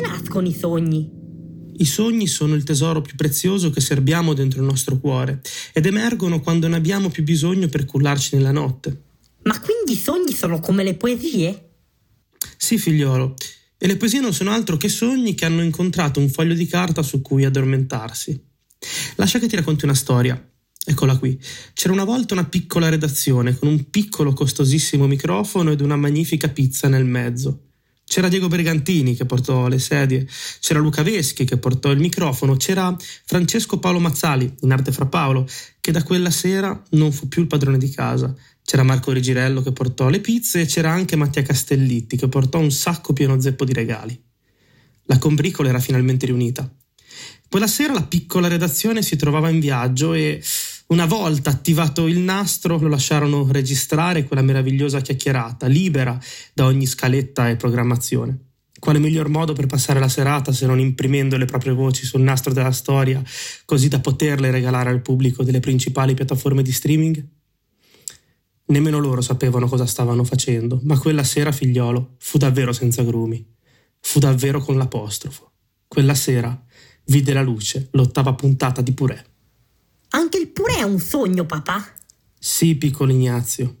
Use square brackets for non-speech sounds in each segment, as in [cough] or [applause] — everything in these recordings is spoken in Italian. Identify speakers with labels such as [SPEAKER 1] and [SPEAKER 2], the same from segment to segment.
[SPEAKER 1] nascono i sogni.
[SPEAKER 2] I sogni sono il tesoro più prezioso che serbiamo dentro il nostro cuore ed emergono quando ne abbiamo più bisogno per cullarci nella notte.
[SPEAKER 1] Ma quindi i sogni sono come le poesie?
[SPEAKER 2] Sì, figliolo. E le poesie non sono altro che sogni che hanno incontrato un foglio di carta su cui addormentarsi. Lascia che ti racconti una storia. Eccola qui. C'era una volta una piccola redazione con un piccolo costosissimo microfono ed una magnifica pizza nel mezzo. C'era Diego Bergantini che portò le sedie, c'era Luca Veschi che portò il microfono, c'era Francesco Paolo Mazzali, in arte fra Paolo, che da quella sera non fu più il padrone di casa. C'era Marco Rigirello che portò le pizze e c'era anche Mattia Castellitti che portò un sacco pieno zeppo di regali. La combricola era finalmente riunita. Quella sera la piccola redazione si trovava in viaggio e una volta attivato il nastro lo lasciarono registrare quella meravigliosa chiacchierata, libera da ogni scaletta e programmazione. Quale miglior modo per passare la serata se non imprimendo le proprie voci sul nastro della storia, così da poterle regalare al pubblico delle principali piattaforme di streaming? Nemmeno loro sapevano cosa stavano facendo, ma quella sera figliolo fu davvero senza grumi. Fu davvero con l'apostrofo. Quella sera vide la luce l'ottava puntata di Purè.
[SPEAKER 1] Anche il purè è un sogno, papà.
[SPEAKER 2] Sì, piccolo Ignazio.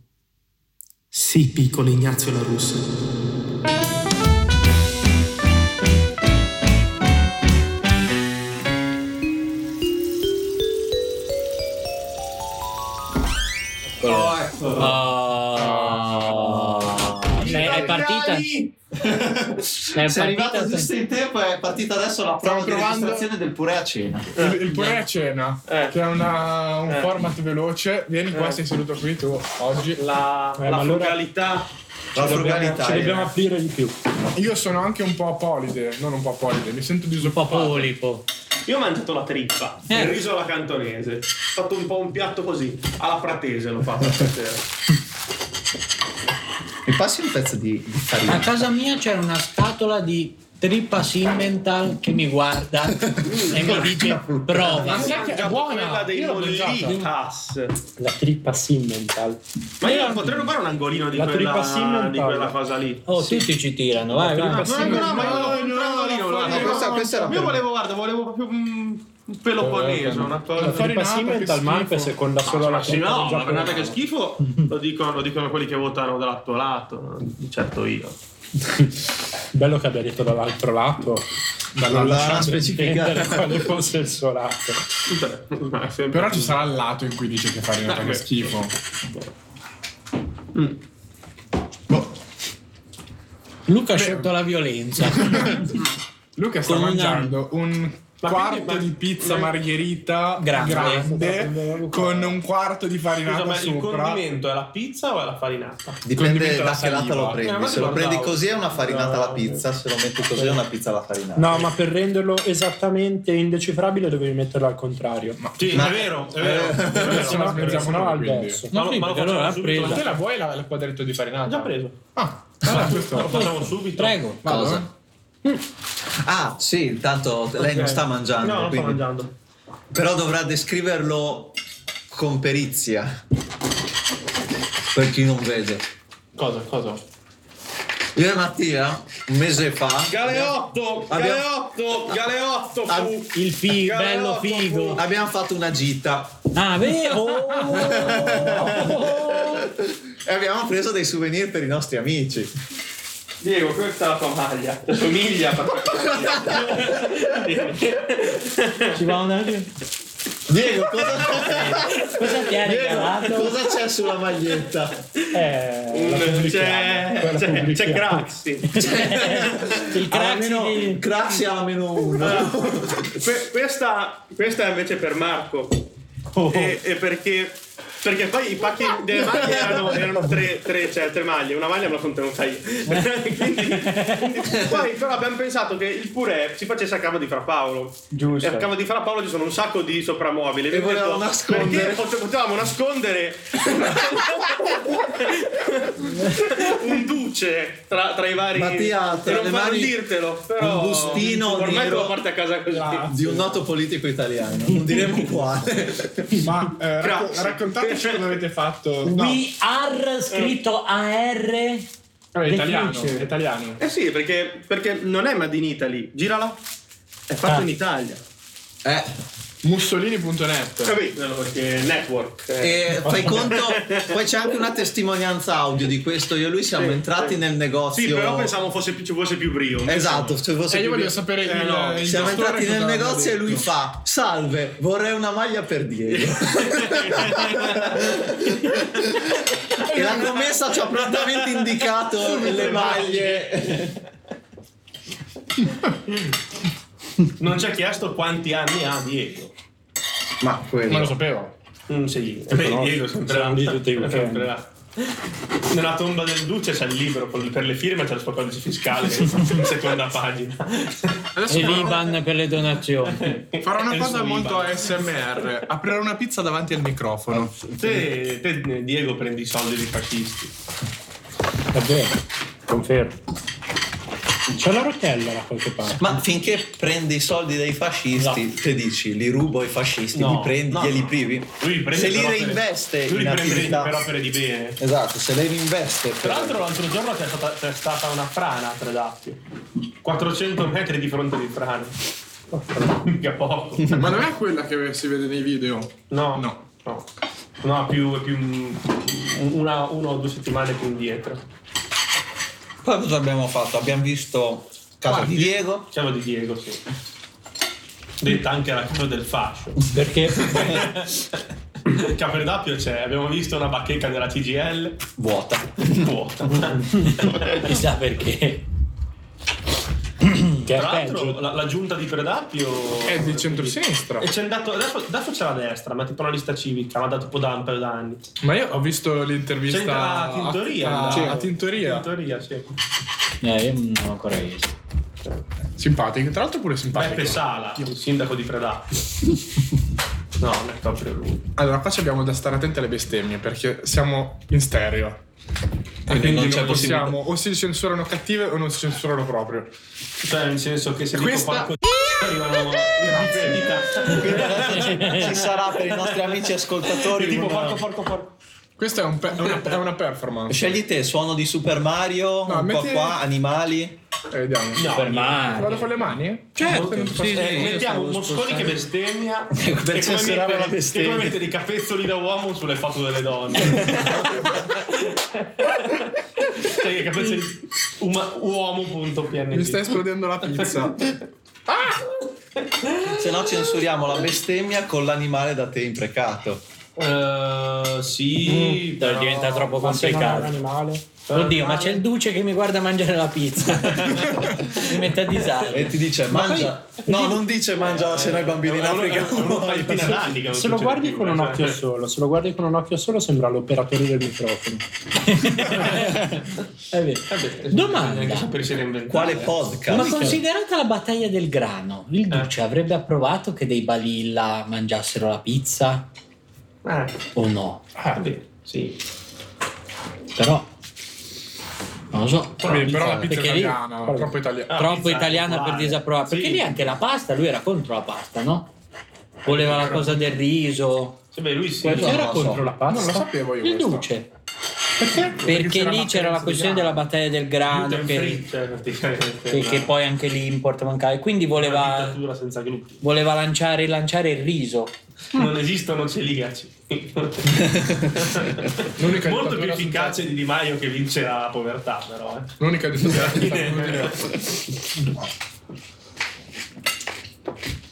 [SPEAKER 2] Sì, piccolo Ignazio la russa.
[SPEAKER 3] ecco.
[SPEAKER 4] Oh. È, è partita. Cioè,
[SPEAKER 5] Regali!
[SPEAKER 4] È
[SPEAKER 5] Sei arrivato
[SPEAKER 4] partita-
[SPEAKER 5] giusto in tempo è partita adesso la prova di
[SPEAKER 6] Stiamo provando-
[SPEAKER 5] registrazione del purè a cena.
[SPEAKER 6] Il, il purè a cena,
[SPEAKER 4] Eh.
[SPEAKER 6] che è una- un
[SPEAKER 4] Eh.
[SPEAKER 6] format veloce. Vieni qua,
[SPEAKER 4] Eh.
[SPEAKER 6] sei seduto qui tu oggi.
[SPEAKER 4] La,
[SPEAKER 3] Eh,
[SPEAKER 4] la
[SPEAKER 3] ma allora-
[SPEAKER 4] frugalità.
[SPEAKER 5] La
[SPEAKER 3] Dobbiamo- Ci dobbiamo
[SPEAKER 5] frugalità.
[SPEAKER 3] aprire di più.
[SPEAKER 6] Io sono anche un po' apolide, non un po' apolide, mi sento
[SPEAKER 4] Un po'
[SPEAKER 6] disoccupato.
[SPEAKER 4] polipo.
[SPEAKER 3] Io ho mangiato la trippa,
[SPEAKER 4] Eh.
[SPEAKER 3] il riso alla cantonese. Ho fatto un po' un piatto così, alla fratese l'ho eh, fatto stasera.
[SPEAKER 5] Mi passi un pezzo di, di
[SPEAKER 4] A
[SPEAKER 5] farina.
[SPEAKER 4] casa mia c'era una scatola di trippa Simmental che mi guarda e mi dice prova.
[SPEAKER 6] Minchia, che è buona!
[SPEAKER 3] Quella dei
[SPEAKER 6] Io l'ho mangiata.
[SPEAKER 3] mollitas.
[SPEAKER 7] La trippa Simmental.
[SPEAKER 3] Ma io potrei rubare un angolino di,
[SPEAKER 7] La trippa
[SPEAKER 3] quella,
[SPEAKER 7] Simmental.
[SPEAKER 3] di quella cosa lì.
[SPEAKER 4] Oh, tutti ci tirano, vai, vai.
[SPEAKER 3] No, no, no, ma io volevo un angolino. guarda.
[SPEAKER 5] Ma questa- questa era
[SPEAKER 3] Io
[SPEAKER 5] per-
[SPEAKER 3] volevo, guarda, volevo proprio un un peloponneso, una
[SPEAKER 7] Eh, La
[SPEAKER 3] cosa.
[SPEAKER 7] trippa
[SPEAKER 6] farinata,
[SPEAKER 7] Simmental,
[SPEAKER 6] che
[SPEAKER 7] ma
[SPEAKER 6] schifo.
[SPEAKER 7] anche seconda solo la
[SPEAKER 3] Ma sì, no, ma guardate
[SPEAKER 7] guardate
[SPEAKER 3] che schifo lo dicono, lo dicono quelli che votano dal tuo lato, non di certo io.
[SPEAKER 7] Bello che abbia detto dall'altro lato.
[SPEAKER 6] Esatto.
[SPEAKER 7] Ma
[SPEAKER 5] Non
[SPEAKER 7] non
[SPEAKER 5] l'ha
[SPEAKER 7] lasciando
[SPEAKER 5] specificato.
[SPEAKER 7] intendere quale fosse il suo lato.
[SPEAKER 3] [laughs] Ma è sempre-
[SPEAKER 6] Però ci sarà il lato in cui dice che farinata che
[SPEAKER 3] Dai,
[SPEAKER 6] è schifo.
[SPEAKER 4] Luca ha scelto la violenza.
[SPEAKER 6] Luca sta
[SPEAKER 4] Con una-
[SPEAKER 6] mangiando un
[SPEAKER 3] Ma
[SPEAKER 6] quarto
[SPEAKER 3] quindi- ma-
[SPEAKER 6] di pizza margherita
[SPEAKER 4] Grande.
[SPEAKER 6] grande, con un quarto di
[SPEAKER 3] Scusa,
[SPEAKER 6] farinata
[SPEAKER 3] ma il
[SPEAKER 6] sopra.
[SPEAKER 3] condimento è la pizza o è la farinata?
[SPEAKER 5] Dipende
[SPEAKER 6] Condimento alla
[SPEAKER 5] da che lato
[SPEAKER 6] saliva.
[SPEAKER 5] lo
[SPEAKER 3] Eh,
[SPEAKER 5] prendi.
[SPEAKER 3] ma
[SPEAKER 5] Se lo
[SPEAKER 3] guardavo.
[SPEAKER 5] prendi così è una farinata alla pizza, se lo metti così è una pizza alla farinata.
[SPEAKER 7] No, ma per renderlo esattamente indecifrabile dovevi metterlo al contrario.
[SPEAKER 3] Sì,
[SPEAKER 5] Ma-
[SPEAKER 3] è vero, è
[SPEAKER 6] Eh,
[SPEAKER 3] vero.
[SPEAKER 6] [laughs]
[SPEAKER 3] è vero.
[SPEAKER 6] Se no,
[SPEAKER 7] Se no,
[SPEAKER 6] smettiamo
[SPEAKER 7] al
[SPEAKER 6] noi, quindi.
[SPEAKER 7] verso.
[SPEAKER 4] Ma
[SPEAKER 3] Ma lo-
[SPEAKER 4] sì,
[SPEAKER 3] ma lo
[SPEAKER 4] perché allora
[SPEAKER 3] facciamo
[SPEAKER 4] l'ha
[SPEAKER 3] subito,
[SPEAKER 4] presa.
[SPEAKER 6] Te la vuoi la- il quadretto di farinata?
[SPEAKER 3] L'ho già preso.
[SPEAKER 6] Ah, allora
[SPEAKER 3] Lo
[SPEAKER 6] questo.
[SPEAKER 3] facciamo subito.
[SPEAKER 4] Prego.
[SPEAKER 6] Vado,
[SPEAKER 5] Cosa?
[SPEAKER 6] eh.
[SPEAKER 5] Ah, sì, intanto lei non sta mangiando,
[SPEAKER 3] Eh, No, non sto
[SPEAKER 5] quindi-
[SPEAKER 3] mangiando.
[SPEAKER 5] però dovrà descriverlo con perizia. Per chi non vede.
[SPEAKER 3] Cosa? Cosa?
[SPEAKER 5] Io e Mattia, un mese fa,
[SPEAKER 3] Galeotto! Galeotto! Galeotto!
[SPEAKER 5] Ah,
[SPEAKER 3] fu-
[SPEAKER 4] Il figo,
[SPEAKER 3] Galeotto
[SPEAKER 4] bello
[SPEAKER 3] fu-
[SPEAKER 4] figo.
[SPEAKER 5] abbiamo fatto una gita
[SPEAKER 4] Ah,
[SPEAKER 3] [laughs]
[SPEAKER 4] vero? Oh!
[SPEAKER 5] e abbiamo preso dei souvenir per i nostri amici.
[SPEAKER 3] Diego, questa è la tua maglia. Somiglia.
[SPEAKER 4] Ci va un attimo.
[SPEAKER 5] Diego, cosa,
[SPEAKER 4] Cosa ti ha regalato?
[SPEAKER 5] cosa c'è sulla maglietta?
[SPEAKER 7] Eh, la
[SPEAKER 3] Un-
[SPEAKER 7] pubblichiamo,
[SPEAKER 3] C'è,
[SPEAKER 7] quella
[SPEAKER 3] c'è, c'è
[SPEAKER 7] pubblichiamo.
[SPEAKER 3] Craxi.
[SPEAKER 4] Il
[SPEAKER 5] Almeno
[SPEAKER 4] crack
[SPEAKER 5] Craxi ha almeno uno.
[SPEAKER 3] Que- questa, questa è invece per Marco. E, e perché, perché poi i pacchi delle maglie erano, erano tre, tre, cioè, tre maglie, una maglia me la contenuta io. quindi, quindi poi però abbiamo pensato che il purè si facesse a Cava di Fra Paolo. E a
[SPEAKER 7] Giusto.
[SPEAKER 3] Cava di Fra Paolo ci sono un sacco di sopramuobili. Abbiamo
[SPEAKER 5] volevamo
[SPEAKER 3] detto,
[SPEAKER 5] nascondere.
[SPEAKER 3] Perché pot-
[SPEAKER 5] [laughs]
[SPEAKER 3] potevamo nascondere un duce tra, tra i vari.
[SPEAKER 5] Mattia, tra
[SPEAKER 3] e non
[SPEAKER 5] le
[SPEAKER 3] farò
[SPEAKER 5] mani
[SPEAKER 3] dirtelo, però.
[SPEAKER 5] un bustino
[SPEAKER 3] Ormai te
[SPEAKER 5] nero.
[SPEAKER 3] lo porti a casa così.
[SPEAKER 8] Ah.
[SPEAKER 5] Di un noto politico italiano, non diremo quale.
[SPEAKER 6] Ma eh, racco-
[SPEAKER 3] Grazie.
[SPEAKER 6] raccontateci cosa avete fatto. No,
[SPEAKER 4] We are scritto AR
[SPEAKER 6] Vabbè, è italiano,
[SPEAKER 8] Difficile.
[SPEAKER 6] è italiano.
[SPEAKER 3] Eh sì, perché, perché non è Made in Italy, girala. È fatto
[SPEAKER 8] Ah.
[SPEAKER 3] in Italia.
[SPEAKER 5] Eh,
[SPEAKER 6] Mussolini.net.
[SPEAKER 3] Capito? Perché network. eh.
[SPEAKER 5] e fai conto, poi c'è anche una testimonianza audio di questo. Io e lui siamo
[SPEAKER 3] Sì,
[SPEAKER 5] entrati
[SPEAKER 3] sì.
[SPEAKER 5] nel negozio.
[SPEAKER 3] Sì, però pensavo fosse più, ci fosse più brio. [laughs]
[SPEAKER 5] Esatto, se fosse
[SPEAKER 6] E io
[SPEAKER 5] più-
[SPEAKER 6] voglio sapere
[SPEAKER 3] Eh,
[SPEAKER 6] il,
[SPEAKER 3] no,
[SPEAKER 6] il
[SPEAKER 5] Siamo
[SPEAKER 6] gestore
[SPEAKER 5] entrati nel
[SPEAKER 6] cosa aveva
[SPEAKER 5] negozio e lui
[SPEAKER 6] detto.
[SPEAKER 5] fa: Salve, vorrei una maglia per
[SPEAKER 3] [laughs]
[SPEAKER 5] Diego. e la commessa ci ha prontamente indicato le maglie.
[SPEAKER 3] Non ci ha chiesto quanti anni ha Diego.
[SPEAKER 5] Ma
[SPEAKER 6] Ma
[SPEAKER 5] quello.
[SPEAKER 6] lo sapevo.
[SPEAKER 8] Mm, sì,
[SPEAKER 3] Eh beh,
[SPEAKER 8] no?
[SPEAKER 3] Diego sempre
[SPEAKER 8] Siamo lì tutti i
[SPEAKER 3] là.
[SPEAKER 8] weekend.
[SPEAKER 3] Sempre là. Nella tomba del Duce c'è il libro con- per le firme, c'è il suo codice
[SPEAKER 8] [laughs]
[SPEAKER 3] fiscale in seconda pagina.
[SPEAKER 4] Adesso
[SPEAKER 8] E
[SPEAKER 4] farò,
[SPEAKER 8] l'Iban per le donazioni.
[SPEAKER 4] farò
[SPEAKER 3] Farà
[SPEAKER 4] una cosa molto
[SPEAKER 3] Sì,
[SPEAKER 4] ASMR. Aprirò una pizza davanti al microfono.
[SPEAKER 3] te, te, Diego prendi i soldi dei fascisti.
[SPEAKER 8] Davvero, confermo. C'è la rotella da qualche parte.
[SPEAKER 5] Ma finché prendi i soldi dai fascisti, te dici li rubo ai fascisti,
[SPEAKER 3] No,
[SPEAKER 5] li prendi,
[SPEAKER 3] no.
[SPEAKER 5] glieli privi.
[SPEAKER 3] Lui li prende
[SPEAKER 5] se li
[SPEAKER 3] per opere-
[SPEAKER 5] reinveste
[SPEAKER 3] Lui li
[SPEAKER 5] in
[SPEAKER 3] prende
[SPEAKER 5] attività.
[SPEAKER 3] per opere di bene.
[SPEAKER 5] Esatto, se lei reinveste. per-
[SPEAKER 3] Tra l'altro l'altro giorno c'è stata, c'è stata una frana a Tredazio. 400 metri di fronte di frana. Mica poco.
[SPEAKER 6] Ma non è quella che si vede nei video.
[SPEAKER 3] No.
[SPEAKER 6] No.
[SPEAKER 3] No, no più, è più un- una, una o due settimane più indietro.
[SPEAKER 5] Poi cosa abbiamo fatto? Abbiamo visto Casa di
[SPEAKER 3] [laughs]
[SPEAKER 5] Diego.
[SPEAKER 3] C'era di Diego, sì. Detta anche la cosa del fascio.
[SPEAKER 8] Perché
[SPEAKER 3] Che a Verdappio c'è, abbiamo visto una bacheca della TGL
[SPEAKER 5] Vuota.
[SPEAKER 3] vuota.
[SPEAKER 8] chissà perché. che
[SPEAKER 3] Tra
[SPEAKER 8] è
[SPEAKER 3] l'altro
[SPEAKER 8] peggio.
[SPEAKER 3] la, la giunta di Predappio
[SPEAKER 6] È di centrosinistra.
[SPEAKER 3] E c'è dato, adesso, adesso c'è la destra, ma è tipo una lista civica, ma da tipo da un paio d'anni.
[SPEAKER 6] Ma io ho visto l'intervista
[SPEAKER 3] C'entra
[SPEAKER 6] a-
[SPEAKER 3] Tintoria,
[SPEAKER 6] A,
[SPEAKER 3] no?
[SPEAKER 6] a Tintoria.
[SPEAKER 3] In teoria, sì.
[SPEAKER 4] Eh, io non ho ancora visto.
[SPEAKER 6] Simpatico, tra l'altro pure simpatico.
[SPEAKER 3] Beppe Sala, il sindaco di
[SPEAKER 6] [laughs]
[SPEAKER 3] Predappio. No, non è proprio lui.
[SPEAKER 6] Allora, qua ci abbiamo da stare attenti alle bestemmie perché siamo in stereo. E quindi
[SPEAKER 5] non
[SPEAKER 6] non,
[SPEAKER 5] c'è possibilità.
[SPEAKER 6] possiamo, o si censurano cattive o non si censurano proprio.
[SPEAKER 3] Cioè, nel senso che se
[SPEAKER 6] Questa-
[SPEAKER 3] dico porco
[SPEAKER 6] [laughs]
[SPEAKER 3] arrivano in
[SPEAKER 5] Ci sarà per i nostri amici ascoltatori.
[SPEAKER 3] tipo
[SPEAKER 5] un-
[SPEAKER 3] porco porco porco.
[SPEAKER 6] Questa è, un pe- è una, è una performance.
[SPEAKER 5] Scegli te, suono di Super Mario,
[SPEAKER 6] No,
[SPEAKER 5] un po'
[SPEAKER 6] metti-
[SPEAKER 5] qua, animali.
[SPEAKER 6] Eh, vediamo.
[SPEAKER 4] Per Mario.
[SPEAKER 6] Vado con le mani? Certo.
[SPEAKER 3] Eh, mettiamo Mosconi che bestemmia
[SPEAKER 5] Per
[SPEAKER 3] e come
[SPEAKER 5] censurare
[SPEAKER 3] mettere-
[SPEAKER 5] la bestemmia.
[SPEAKER 3] e come mettere i capezzoli da uomo sulle foto delle donne cioè i capezzoli uma-
[SPEAKER 6] Mi sta
[SPEAKER 3] uomo.png
[SPEAKER 6] esplodendo la pizza.
[SPEAKER 5] Se no censuriamo la bestemmia con l'animale da te imprecato.
[SPEAKER 3] Eh, sì
[SPEAKER 4] Dai, diventa troppo
[SPEAKER 8] Ma se non è un
[SPEAKER 4] complicato.
[SPEAKER 8] animale.
[SPEAKER 4] Oddio, ma c'è il duce che mi guarda mangiare la pizza. mi mette a
[SPEAKER 5] E
[SPEAKER 4] disagio.
[SPEAKER 5] ti dice mangia. No, non dice mangia se noi bambini in Africa. [laughs] muoiono".
[SPEAKER 8] Se lo guardi con
[SPEAKER 3] eh.
[SPEAKER 8] un occhio solo, se lo guardi con un occhio solo sembra l'operatore del microfono.
[SPEAKER 4] È vero. Domanda.
[SPEAKER 3] anche sapere se l'inventare
[SPEAKER 5] Quale podcast?
[SPEAKER 4] Ma considerata la battaglia del grano, il duce avrebbe approvato che dei balilla mangiassero la pizza
[SPEAKER 3] eh,
[SPEAKER 4] o no?
[SPEAKER 3] vabbè, sì
[SPEAKER 4] Però non lo so.
[SPEAKER 6] Vabbè, però la pizza è
[SPEAKER 4] Perché lì-
[SPEAKER 6] italiana, troppo italiana.
[SPEAKER 3] Ah,
[SPEAKER 4] troppo
[SPEAKER 3] pizza
[SPEAKER 4] italiana per
[SPEAKER 3] uguale.
[SPEAKER 4] disapprovare. Perché
[SPEAKER 3] Sì.
[SPEAKER 4] lì anche la pasta, lui era contro la pasta, no? Voleva la cosa del riso.
[SPEAKER 3] Sì, Cioè, beh, lui sì
[SPEAKER 4] Quello
[SPEAKER 3] Sì,
[SPEAKER 4] era
[SPEAKER 5] lo so.
[SPEAKER 4] contro la pasta.
[SPEAKER 6] Non lo sapevo io
[SPEAKER 4] Il
[SPEAKER 6] questo.
[SPEAKER 4] duce.
[SPEAKER 6] Perché?
[SPEAKER 4] Perché lì c'era la
[SPEAKER 6] differenza
[SPEAKER 4] questione
[SPEAKER 6] di
[SPEAKER 4] della battaglia del grano
[SPEAKER 3] gluten
[SPEAKER 4] che,
[SPEAKER 3] free, cioè, praticamente,
[SPEAKER 4] che-
[SPEAKER 3] una-
[SPEAKER 4] che poi anche lì import mancava. E quindi
[SPEAKER 3] una
[SPEAKER 4] voleva,
[SPEAKER 3] dittatura senza gluten
[SPEAKER 4] voleva lanciare, lanciare il riso.
[SPEAKER 5] Mm.
[SPEAKER 3] non esistono celiaci.
[SPEAKER 6] L'unica
[SPEAKER 3] Molto più
[SPEAKER 6] dittatura
[SPEAKER 3] efficace di Di Maio che vince la povertà, però. eh.
[SPEAKER 6] L'unica
[SPEAKER 8] [laughs]
[SPEAKER 6] dittatura.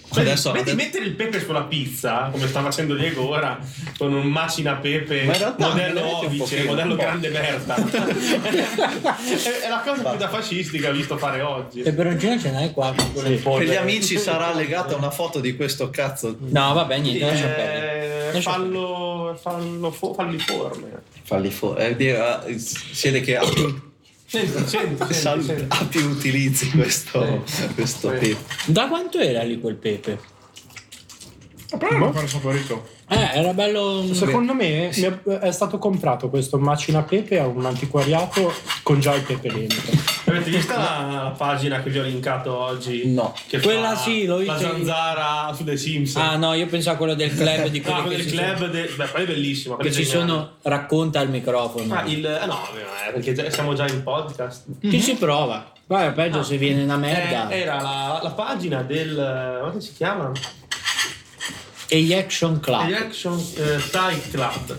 [SPEAKER 3] Cioè,
[SPEAKER 5] Adesso-
[SPEAKER 3] metti-
[SPEAKER 5] adesso-
[SPEAKER 3] mettere il pepe sulla pizza, come sta facendo Diego ora, con un macina pepe
[SPEAKER 5] Ma in realtà anche
[SPEAKER 3] modello
[SPEAKER 5] lei è un
[SPEAKER 3] Ovice,
[SPEAKER 5] pochino,
[SPEAKER 3] modello
[SPEAKER 5] un po'.
[SPEAKER 3] grande Berta.
[SPEAKER 5] [laughs]
[SPEAKER 3] è, è la cosa più da fascisti che ho visto fare oggi.
[SPEAKER 5] Eh,
[SPEAKER 4] Peperoncino ce n'è qua. con il polvere.
[SPEAKER 5] Per gli amici sarà legata una foto di questo cazzo
[SPEAKER 4] No, vabbè, niente, lascia perdere.
[SPEAKER 3] Eh,
[SPEAKER 4] Lascia
[SPEAKER 3] fallo, fallo, fo- falliforme.
[SPEAKER 5] Falli fuori. Eh, di- eh, siete che ha più,
[SPEAKER 3] Senti, senti, senti,
[SPEAKER 5] sal-
[SPEAKER 3] senti.
[SPEAKER 5] ha più utilizzi questo, questo tipo.
[SPEAKER 4] Da quanto era lì quel pepe?
[SPEAKER 6] Però non fare saporito.
[SPEAKER 4] Eh, era bello.
[SPEAKER 8] Secondo me mi è, è stato comprato questo macina pepe a un antiquariato con già il pepe dentro.
[SPEAKER 3] Avete visto la, la pagina che vi ho linkato oggi?
[SPEAKER 4] No.
[SPEAKER 3] Che
[SPEAKER 4] Quella
[SPEAKER 3] fa
[SPEAKER 4] sì, l'ho
[SPEAKER 3] La
[SPEAKER 4] vista io.
[SPEAKER 3] zanzara su The Simpsons.
[SPEAKER 4] Ah no, io pensavo a quello del club di quelli
[SPEAKER 3] Ah,
[SPEAKER 4] che
[SPEAKER 3] del
[SPEAKER 4] si
[SPEAKER 3] club,
[SPEAKER 4] sono-
[SPEAKER 3] de- beh, quella è bellissima.
[SPEAKER 4] che
[SPEAKER 3] quella è
[SPEAKER 4] ci
[SPEAKER 3] geniale.
[SPEAKER 4] sono racconta al microfono.
[SPEAKER 3] Ah, il, eh, no, eh, perché già- siamo già in podcast.
[SPEAKER 4] Chi si prova? Poi peggio se viene una merda.
[SPEAKER 3] Eh, era la, la pagina del. eh, Come si chiama?
[SPEAKER 4] E gli action club.
[SPEAKER 3] Reaction eh, Side Club.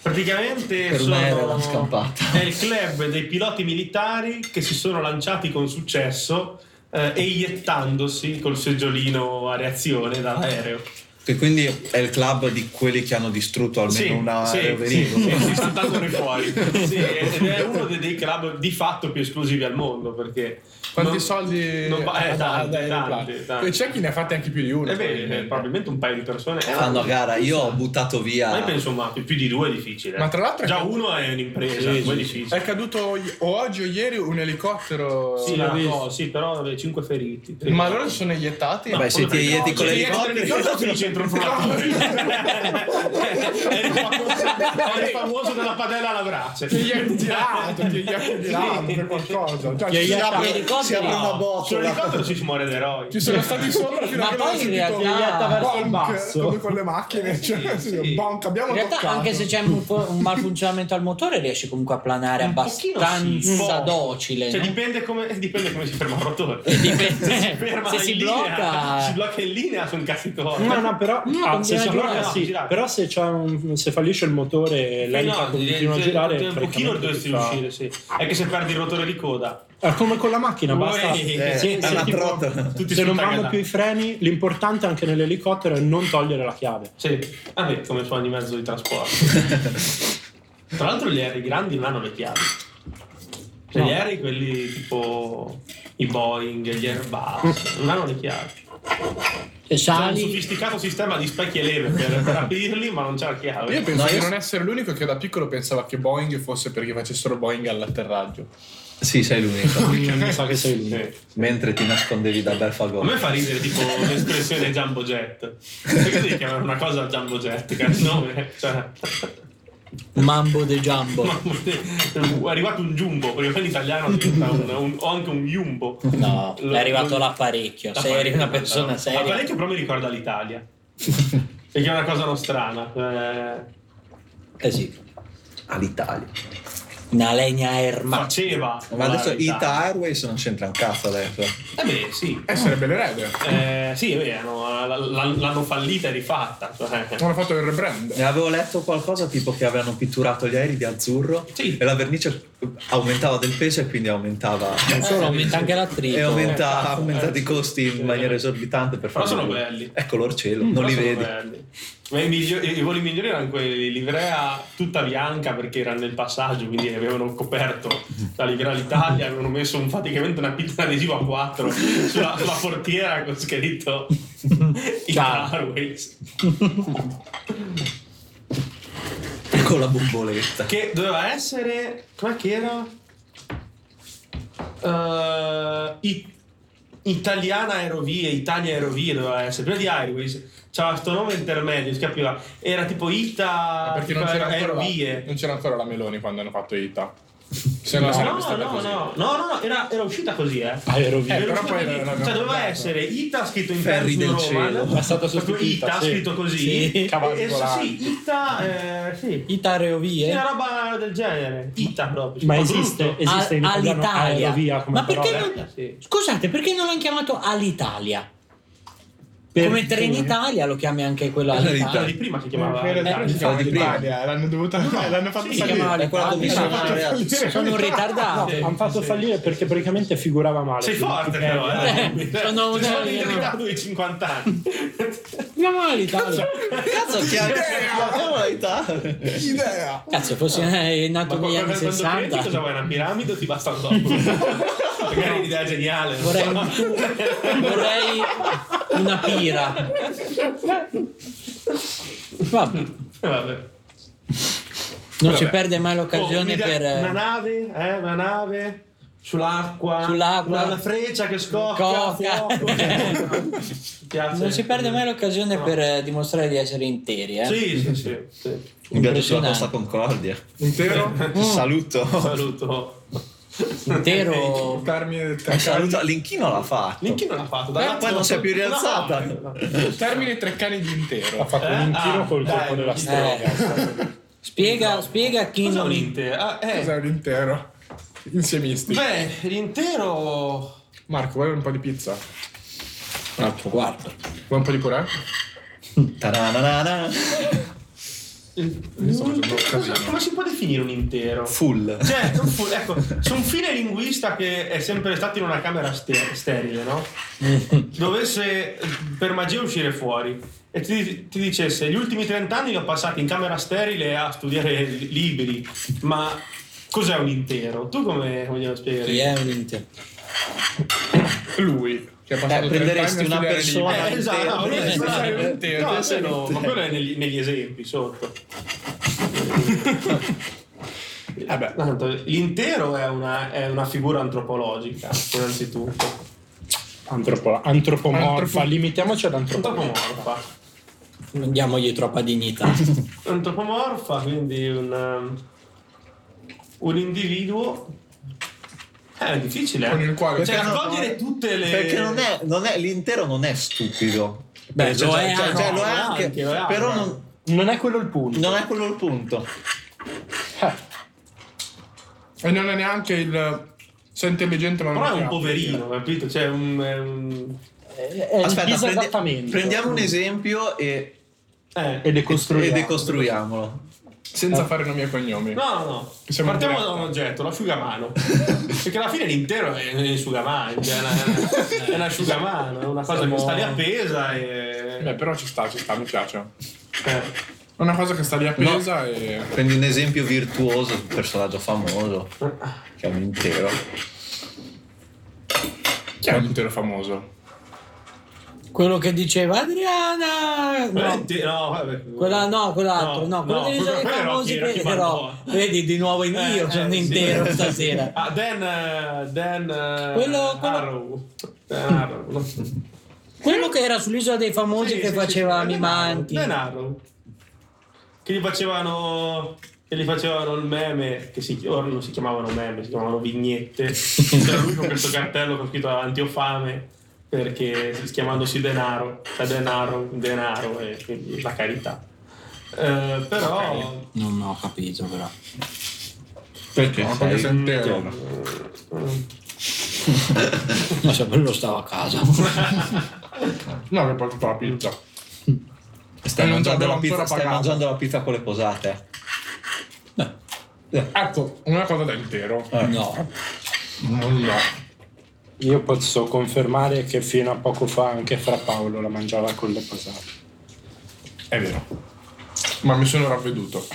[SPEAKER 3] Praticamente
[SPEAKER 5] Per
[SPEAKER 3] sono
[SPEAKER 5] me era la
[SPEAKER 3] [laughs]
[SPEAKER 5] scampata.
[SPEAKER 3] è il club dei piloti militari che si sono lanciati con successo eh, e iettandosi col seggiolino a reazione dall'aereo.
[SPEAKER 5] Che quindi è il club di quelli che hanno distrutto almeno una
[SPEAKER 3] sì, sì,
[SPEAKER 5] aeroverivo.
[SPEAKER 3] sì, si stanno andando
[SPEAKER 5] [laughs]
[SPEAKER 3] fuori. Sì, ed è uno dei, dei club di fatto più esclusivi al mondo perché
[SPEAKER 6] Quanti
[SPEAKER 3] non-
[SPEAKER 6] soldi?
[SPEAKER 3] non va- eh,
[SPEAKER 6] Ah,
[SPEAKER 3] tanti,
[SPEAKER 6] dai, dai,
[SPEAKER 3] tanti,
[SPEAKER 6] dai.
[SPEAKER 3] tanti.
[SPEAKER 6] E C'è chi ne ha fatti anche più di uno. eh.
[SPEAKER 3] È vero, probabilmente un paio di persone eh,
[SPEAKER 5] Fanno a gara, io ho buttato via.
[SPEAKER 3] Ma io penso ma più di due è difficile.
[SPEAKER 6] Ma tra l'altro è-
[SPEAKER 3] già uno è un'impresa, due è difficile.
[SPEAKER 6] È caduto i- o oggi o ieri un elicottero.
[SPEAKER 3] Sì,
[SPEAKER 6] Ma
[SPEAKER 3] ma no, sì, però eh, cinque feriti.
[SPEAKER 6] ma loro si sono iniettati?
[SPEAKER 5] Beh, se ti aieti con
[SPEAKER 3] Cioè,
[SPEAKER 5] le
[SPEAKER 3] io non
[SPEAKER 5] elicotteri,
[SPEAKER 3] ricordo chi c'entra un fumatore. È il famoso- è il famoso della padella alla brace.
[SPEAKER 6] Ti inietti di là, ti inietti di là per qualcosa. Cioè, ci, sono-
[SPEAKER 5] apre-
[SPEAKER 4] elicotteri
[SPEAKER 5] si apre
[SPEAKER 4] no.
[SPEAKER 5] una
[SPEAKER 3] Sono
[SPEAKER 5] botola.
[SPEAKER 3] ricordo ci si muore d'eroi.
[SPEAKER 6] ci sono stati sopra fino
[SPEAKER 4] Ma
[SPEAKER 6] a che non
[SPEAKER 4] poi
[SPEAKER 6] ho
[SPEAKER 4] in
[SPEAKER 6] sentito
[SPEAKER 4] realtà-
[SPEAKER 6] bonk,
[SPEAKER 4] iniettata verso il
[SPEAKER 6] bonk,
[SPEAKER 4] basso.
[SPEAKER 6] come con le
[SPEAKER 3] Eh,
[SPEAKER 6] macchine. Cioè, bonk, abbiamo
[SPEAKER 4] In realtà,
[SPEAKER 6] toccato.
[SPEAKER 4] anche se c'è un, po- un malfunzionamento al motore, riesce comunque a planare abbastanza
[SPEAKER 3] Un po'.
[SPEAKER 4] docile.
[SPEAKER 3] Cioè,
[SPEAKER 4] no?
[SPEAKER 3] dipende come, dipende come si ferma il rotore.
[SPEAKER 4] Dipende.
[SPEAKER 3] Se si ferma
[SPEAKER 4] Se
[SPEAKER 3] in
[SPEAKER 4] si
[SPEAKER 3] linea-
[SPEAKER 4] blocca-
[SPEAKER 3] si blocca in linea, sono cazzi tuoi.
[SPEAKER 8] No, no, però,
[SPEAKER 4] No,
[SPEAKER 8] ah,
[SPEAKER 4] continua
[SPEAKER 8] se,
[SPEAKER 4] a
[SPEAKER 8] si
[SPEAKER 4] girare.
[SPEAKER 8] blocca, sì.
[SPEAKER 3] No, girare.
[SPEAKER 8] però se, c'è un- se fallisce il motore e
[SPEAKER 3] Eh
[SPEAKER 8] l'elica
[SPEAKER 3] no,
[SPEAKER 8] continua a
[SPEAKER 3] eh,
[SPEAKER 8] girare,
[SPEAKER 3] un pochino
[SPEAKER 8] praticamente
[SPEAKER 3] dovresti
[SPEAKER 8] ti fa-
[SPEAKER 3] riuscire, sì. È che se perdi il rotore di coda,
[SPEAKER 8] È come con la macchina, basta.
[SPEAKER 3] Uè,
[SPEAKER 8] Se-
[SPEAKER 3] eh,
[SPEAKER 8] se-
[SPEAKER 5] è una
[SPEAKER 8] tipo-
[SPEAKER 5] trottola.
[SPEAKER 3] tutti
[SPEAKER 8] se
[SPEAKER 3] sul
[SPEAKER 8] non vanno
[SPEAKER 3] tagliata.
[SPEAKER 8] più i freni, l'importante anche nell'elicottero è non togliere la chiave.
[SPEAKER 3] Sì, vabbè, come su ogni mezzo di
[SPEAKER 8] [laughs]
[SPEAKER 3] trasporto. Tra l'altro gli aerei grandi non hanno le chiavi. Cioè, Gli aerei, quelli tipo i Boeing, gli Airbus, non hanno le chiavi.
[SPEAKER 4] Se
[SPEAKER 3] C'è un
[SPEAKER 4] sali,
[SPEAKER 3] sofisticato sistema di specchi e leve per, per aprirli, ma non c'è la chiave.
[SPEAKER 6] Io penso
[SPEAKER 5] No,
[SPEAKER 6] di
[SPEAKER 5] io-
[SPEAKER 6] non essere l'unico che da piccolo pensava che Boeing fosse perché facessero Boeing all'atterraggio.
[SPEAKER 5] Sì, sei l'unico.
[SPEAKER 8] Quindi mi sa che sei lui.
[SPEAKER 5] Mentre ti nascondevi da
[SPEAKER 3] A
[SPEAKER 5] Belfagor.
[SPEAKER 3] me fa ridere tipo l'espressione Jumbo Jet. Perché devi chiamare una cosa Jumbo Jet? Che è il nome? Cioè,
[SPEAKER 4] mambo de jumbo.
[SPEAKER 3] è arrivato un Jumbo, perché poi in italiano diventa un, un- o anche un Jumbo.
[SPEAKER 4] No, è arrivato l'apparecchio. Se eri una
[SPEAKER 3] L'apparecchio,
[SPEAKER 4] persona
[SPEAKER 3] no.
[SPEAKER 4] seria.
[SPEAKER 3] L'apparecchio esatto. però mi
[SPEAKER 4] [laughs]
[SPEAKER 3] ricorda l'Italia. Perché è una cosa non strana. eh,
[SPEAKER 4] Eh sì.
[SPEAKER 5] All'Italia.
[SPEAKER 4] Una legna erma.
[SPEAKER 3] faceva.
[SPEAKER 5] Ma adesso
[SPEAKER 3] l'Italia.
[SPEAKER 5] Ita Airways non c'entra un cazzo adesso.
[SPEAKER 3] Eh beh, sì.
[SPEAKER 6] Eh, sarebbe l'erede.
[SPEAKER 3] Eh, sì, è vero, la- la- l'hanno fallita e rifatta. cioè.
[SPEAKER 6] Non ho fatto il rebrand.
[SPEAKER 3] Eh,
[SPEAKER 5] Ne avevo letto qualcosa tipo che avevano pitturato gli aerei di azzurro
[SPEAKER 3] Sì.
[SPEAKER 5] e la vernice aumentava del peso e quindi aumentava.
[SPEAKER 4] Non solo, aumenta anche
[SPEAKER 5] E
[SPEAKER 4] l'attrito.
[SPEAKER 5] aumenta,
[SPEAKER 3] eh,
[SPEAKER 5] aumentato i costi in
[SPEAKER 3] sì.
[SPEAKER 5] maniera esorbitante per
[SPEAKER 3] Però
[SPEAKER 5] farli
[SPEAKER 3] sono
[SPEAKER 5] blu.
[SPEAKER 3] belli.
[SPEAKER 5] È color cielo, non
[SPEAKER 3] Però
[SPEAKER 5] li
[SPEAKER 3] Mm, sono
[SPEAKER 5] vedi.
[SPEAKER 3] belli. Ma i, migliori- i voli migliori erano quelli livrea tutta bianca perché era nel passaggio, quindi avevano coperto la livrea l'Italia, avevano messo un, praticamente una pizza adesiva a 4 sulla, sulla portiera
[SPEAKER 5] [laughs]
[SPEAKER 3] con scritto Ita Airways.
[SPEAKER 5] Con la bomboletta.
[SPEAKER 3] Che doveva essere. Com'è che era? Eh, I- Italiana Aerovie, Italia Aerovie doveva essere. Prima di Airways c'era questo nome intermedio, si capiva. Era tipo Ita.
[SPEAKER 6] Ma Eh, perché
[SPEAKER 3] tipo
[SPEAKER 6] non c'era, ancora la,
[SPEAKER 3] Aerovie.
[SPEAKER 6] non c'era ancora la Meloni quando hanno fatto ITA. Se no,
[SPEAKER 3] No, no,
[SPEAKER 6] sarebbe stata
[SPEAKER 3] no,
[SPEAKER 6] così.
[SPEAKER 3] no, no, no, era, era uscita così, eh.
[SPEAKER 8] Aerovia.
[SPEAKER 6] Eh, però
[SPEAKER 3] uscita
[SPEAKER 6] poi
[SPEAKER 3] così.
[SPEAKER 6] l'avevano
[SPEAKER 3] cioè, doveva
[SPEAKER 6] cambiato.
[SPEAKER 3] esscritto Ita scritto in
[SPEAKER 5] Ferri
[SPEAKER 3] Ferro
[SPEAKER 5] del cielo.
[SPEAKER 3] Roman,
[SPEAKER 8] È stata
[SPEAKER 3] proprio
[SPEAKER 8] sostituita,
[SPEAKER 3] Ita
[SPEAKER 8] sì.
[SPEAKER 3] scritto così.
[SPEAKER 8] Sì,
[SPEAKER 3] E-
[SPEAKER 8] cavalli
[SPEAKER 3] e-
[SPEAKER 8] volanti.
[SPEAKER 3] sì, Ita, eh, sì. Sì,
[SPEAKER 4] Itareovie.
[SPEAKER 3] una roba del genere. Ita proprio.
[SPEAKER 8] Ma
[SPEAKER 3] brutto.
[SPEAKER 8] esiste, esiste in
[SPEAKER 4] Al-
[SPEAKER 8] italiano
[SPEAKER 4] all'Italia.
[SPEAKER 8] aerovia come
[SPEAKER 4] Ma perché
[SPEAKER 8] parola?
[SPEAKER 4] non-
[SPEAKER 3] Sì.
[SPEAKER 4] Scusate, perché non l'hanno chiamato all'Italia? Come Trenitalia lo chiami anche quello
[SPEAKER 3] Quella
[SPEAKER 4] all'Italia.
[SPEAKER 3] Ah, di prima si chiamava.
[SPEAKER 6] Quella di prima Eh, si chiamava
[SPEAKER 5] di prima.
[SPEAKER 6] l'Italia, l'hanno dovuta. [laughs] l'hanno fatto
[SPEAKER 3] sì,
[SPEAKER 6] salire.
[SPEAKER 4] chiamava
[SPEAKER 5] È quella
[SPEAKER 4] Italia.
[SPEAKER 5] commissione
[SPEAKER 4] Ah,
[SPEAKER 5] laureata.
[SPEAKER 4] Sono un ritardato.
[SPEAKER 3] Sì.
[SPEAKER 8] Hanno fatto
[SPEAKER 3] Sì.
[SPEAKER 8] fallire perché praticamente figurava male.
[SPEAKER 3] Sei
[SPEAKER 8] Quindi-
[SPEAKER 3] forte
[SPEAKER 8] eh,
[SPEAKER 3] però, eh.
[SPEAKER 4] eh, sono
[SPEAKER 3] Ci sono
[SPEAKER 4] un-
[SPEAKER 3] in ritardo di 50 anni.
[SPEAKER 4] Chiamiamo all'Italia.
[SPEAKER 5] Cazzo, ti ha
[SPEAKER 3] [laughs]
[SPEAKER 5] l'Italia.
[SPEAKER 6] Idea!
[SPEAKER 4] Cazzo, fossi eh,
[SPEAKER 3] Ma
[SPEAKER 4] nato negli
[SPEAKER 3] quando
[SPEAKER 4] anni
[SPEAKER 3] credi cosa
[SPEAKER 4] 60.
[SPEAKER 3] vuoi? Una piramide o ti basta un [laughs] topo? Magari l'idea è geniale. non
[SPEAKER 4] Vorrei,
[SPEAKER 3] so.
[SPEAKER 4] vorrei una pira. Vabbè,
[SPEAKER 3] Eh, [laughs] Vabbè.
[SPEAKER 4] non
[SPEAKER 3] Vabbè.
[SPEAKER 4] si perde mai
[SPEAKER 3] Oh,
[SPEAKER 4] l'occasione
[SPEAKER 3] un'idea-
[SPEAKER 4] per...
[SPEAKER 3] Una eh, nave, eh, una nave. Sull'acqua,
[SPEAKER 4] Sull'acqua.
[SPEAKER 3] la freccia che scocca,
[SPEAKER 4] Cocca. [laughs]
[SPEAKER 3] fuoco. Mi piace.
[SPEAKER 4] Non si perde mai l'occasione
[SPEAKER 3] No.
[SPEAKER 4] per eh, dimostrare di essere interi, eh?
[SPEAKER 3] Sì, sì, sì, sì.
[SPEAKER 5] Mi piace sulla
[SPEAKER 4] Impressionante.
[SPEAKER 5] Costa Concordia. [laughs]
[SPEAKER 6] Intero?
[SPEAKER 5] Saluto.
[SPEAKER 3] Saluto.
[SPEAKER 4] Intero.
[SPEAKER 6] Termine del
[SPEAKER 5] Eh,
[SPEAKER 6] tre cani.
[SPEAKER 5] Saluto. L'inchino l'ha fatto.
[SPEAKER 3] Linky non l'ha fatto.
[SPEAKER 5] Eh, poi non si è più rialzata.
[SPEAKER 6] Termine tre cani di
[SPEAKER 8] Ha
[SPEAKER 6] intero.
[SPEAKER 8] fatto
[SPEAKER 3] Eh,
[SPEAKER 8] un inchino
[SPEAKER 3] ah,
[SPEAKER 8] col
[SPEAKER 3] dai,
[SPEAKER 8] colpo della
[SPEAKER 3] dai.
[SPEAKER 8] strega.
[SPEAKER 4] Eh. Spiega, spiega a chi
[SPEAKER 3] Cos'è
[SPEAKER 4] non
[SPEAKER 3] un intero? Ah, eh,
[SPEAKER 6] Cos'è un esatto, intero? Insiemisti.
[SPEAKER 3] Beh, l'intero...
[SPEAKER 6] Marco, vuoi un po' di pizza?
[SPEAKER 4] Un altro quarto.
[SPEAKER 6] Vuoi un po' di purè?
[SPEAKER 5] Taranana.
[SPEAKER 6] Mi sto facendo un
[SPEAKER 3] Cosa-
[SPEAKER 6] casino.
[SPEAKER 3] come si può definire un intero?
[SPEAKER 5] Full.
[SPEAKER 3] Cioè, non fu- ecco, c'è un fine linguista che è sempre stato in una camera ste- sterile, no? Dovesse eh, per magia uscire fuori e ti, ti dicesse gli ultimi 30 anni li ho passati in camera sterile a studiare li- libri, ma cos'è un intero? Tu come, come glielo
[SPEAKER 4] Chi
[SPEAKER 3] spiegheresti?
[SPEAKER 4] è un intero?
[SPEAKER 6] Lui. Che è passato
[SPEAKER 5] Eh,
[SPEAKER 6] 30 anni a
[SPEAKER 5] prenderesti una
[SPEAKER 6] studiare
[SPEAKER 5] persona-
[SPEAKER 6] libri.
[SPEAKER 3] Eh, esatto,
[SPEAKER 5] Intero,
[SPEAKER 3] no, quello è-
[SPEAKER 5] intero,
[SPEAKER 3] no,
[SPEAKER 5] intero,
[SPEAKER 3] no,
[SPEAKER 5] intero,
[SPEAKER 3] quello- ma quello è negli, negli esempi sotto. Eh beh, tanto l'intero è una, è una figura antropologica, innanzitutto,
[SPEAKER 8] Antropo- antropomorfa.
[SPEAKER 6] Antropo-
[SPEAKER 8] Limitiamoci ad antropomorfa.
[SPEAKER 3] antropomorfa.
[SPEAKER 4] Non diamogli troppa dignità.
[SPEAKER 3] [laughs] Antropomorfa, quindi un, um, un individuo. Eh, È difficile, eh.
[SPEAKER 6] Con il quale-
[SPEAKER 3] Cioè,
[SPEAKER 6] Perché non-
[SPEAKER 3] raccogliere tutte
[SPEAKER 6] eh.
[SPEAKER 3] le.
[SPEAKER 5] Perché non è, non è- l'intero non è stupido. Cioè,
[SPEAKER 4] Beh, lo è anche,
[SPEAKER 5] lo è
[SPEAKER 3] lo è
[SPEAKER 5] anche,
[SPEAKER 3] anche, lo è anche.
[SPEAKER 5] però non,
[SPEAKER 8] Non è quello il punto.
[SPEAKER 5] non è quello il punto.
[SPEAKER 6] E non è neanche il... Sono intelligente ma non
[SPEAKER 3] Però è un
[SPEAKER 6] capo.
[SPEAKER 3] poverino, capito? Cioè, un. ehm,
[SPEAKER 8] È, è il
[SPEAKER 5] Aspetta, prendi-
[SPEAKER 8] disadattamento.
[SPEAKER 5] prendiamo un esempio e,
[SPEAKER 3] eh.
[SPEAKER 8] e
[SPEAKER 5] e
[SPEAKER 8] decostruiamo.
[SPEAKER 5] decostruiamolo.
[SPEAKER 6] Senza fare nomi e cognomi.
[SPEAKER 3] No, no,
[SPEAKER 6] Siamo
[SPEAKER 3] partiamo
[SPEAKER 6] in
[SPEAKER 3] da un oggetto,
[SPEAKER 6] [laughs]
[SPEAKER 3] l'asciugamano. Perché alla fine l'intero è un asciugamano, cioè è, una- è un asciugamano, è una cosa che sta lì appesa e...
[SPEAKER 6] Beh, però ci sta, ci sta, mi piace.
[SPEAKER 3] eh,
[SPEAKER 6] È una cosa che sta lì appesa e...
[SPEAKER 5] Prendi un esempio virtuoso di un personaggio famoso, che è un intero.
[SPEAKER 6] Chi è un intero famoso?
[SPEAKER 4] Quello che diceva Adriana! No.
[SPEAKER 3] l'inte- no, vabbè.
[SPEAKER 4] Quella no, quell'altro, no, quello dei
[SPEAKER 3] quello-
[SPEAKER 4] giorni
[SPEAKER 3] quello era
[SPEAKER 4] famosi,
[SPEAKER 3] Kira,
[SPEAKER 4] vedi,
[SPEAKER 3] chi
[SPEAKER 4] però,
[SPEAKER 3] mandò?
[SPEAKER 4] vedi di nuovo in
[SPEAKER 3] Eh,
[SPEAKER 4] io,
[SPEAKER 3] eh,
[SPEAKER 4] sono
[SPEAKER 3] sì.
[SPEAKER 4] intero
[SPEAKER 3] [laughs]
[SPEAKER 4] stasera.
[SPEAKER 3] Ah, Dan... eh, Dan... eh,
[SPEAKER 4] Quello- quello-
[SPEAKER 3] Harrow. Dan Harrow. no?
[SPEAKER 4] Quello che era sull'isola dei famosi
[SPEAKER 3] Sì,
[SPEAKER 4] che
[SPEAKER 3] sì,
[SPEAKER 4] faceva
[SPEAKER 3] sì, Eh. sì,
[SPEAKER 4] Mimanti.
[SPEAKER 3] Dan Harrow. Che gli facevano... Che gli facevano il meme, che si, ora non si chiamavano meme, si chiamavano [laughs] vignette. C'era lui con questo cartello con scritto davanti ho fame, perché chiamandosi denaro, da denaro, denaro, e quindi la carità. Eh, però...
[SPEAKER 4] Non ho capito però.
[SPEAKER 5] Perché?
[SPEAKER 6] No, perché sei intero.
[SPEAKER 4] Ma se quello stavo a casa.
[SPEAKER 3] [laughs]
[SPEAKER 6] No, che porto la pizza.
[SPEAKER 5] Stai,
[SPEAKER 6] Non
[SPEAKER 5] mangiando
[SPEAKER 6] abbiamo
[SPEAKER 5] la pizza,
[SPEAKER 6] ancora
[SPEAKER 5] stai
[SPEAKER 6] pagato.
[SPEAKER 5] mangiando la pizza con le posate.
[SPEAKER 6] Ecco, una cosa da intero.
[SPEAKER 5] Eh.
[SPEAKER 4] No.
[SPEAKER 6] Non no.
[SPEAKER 8] Io posso confermare che fino a poco fa anche Fra Paolo la mangiava con le posate.
[SPEAKER 6] È vero. Ma mi sono ravveduto.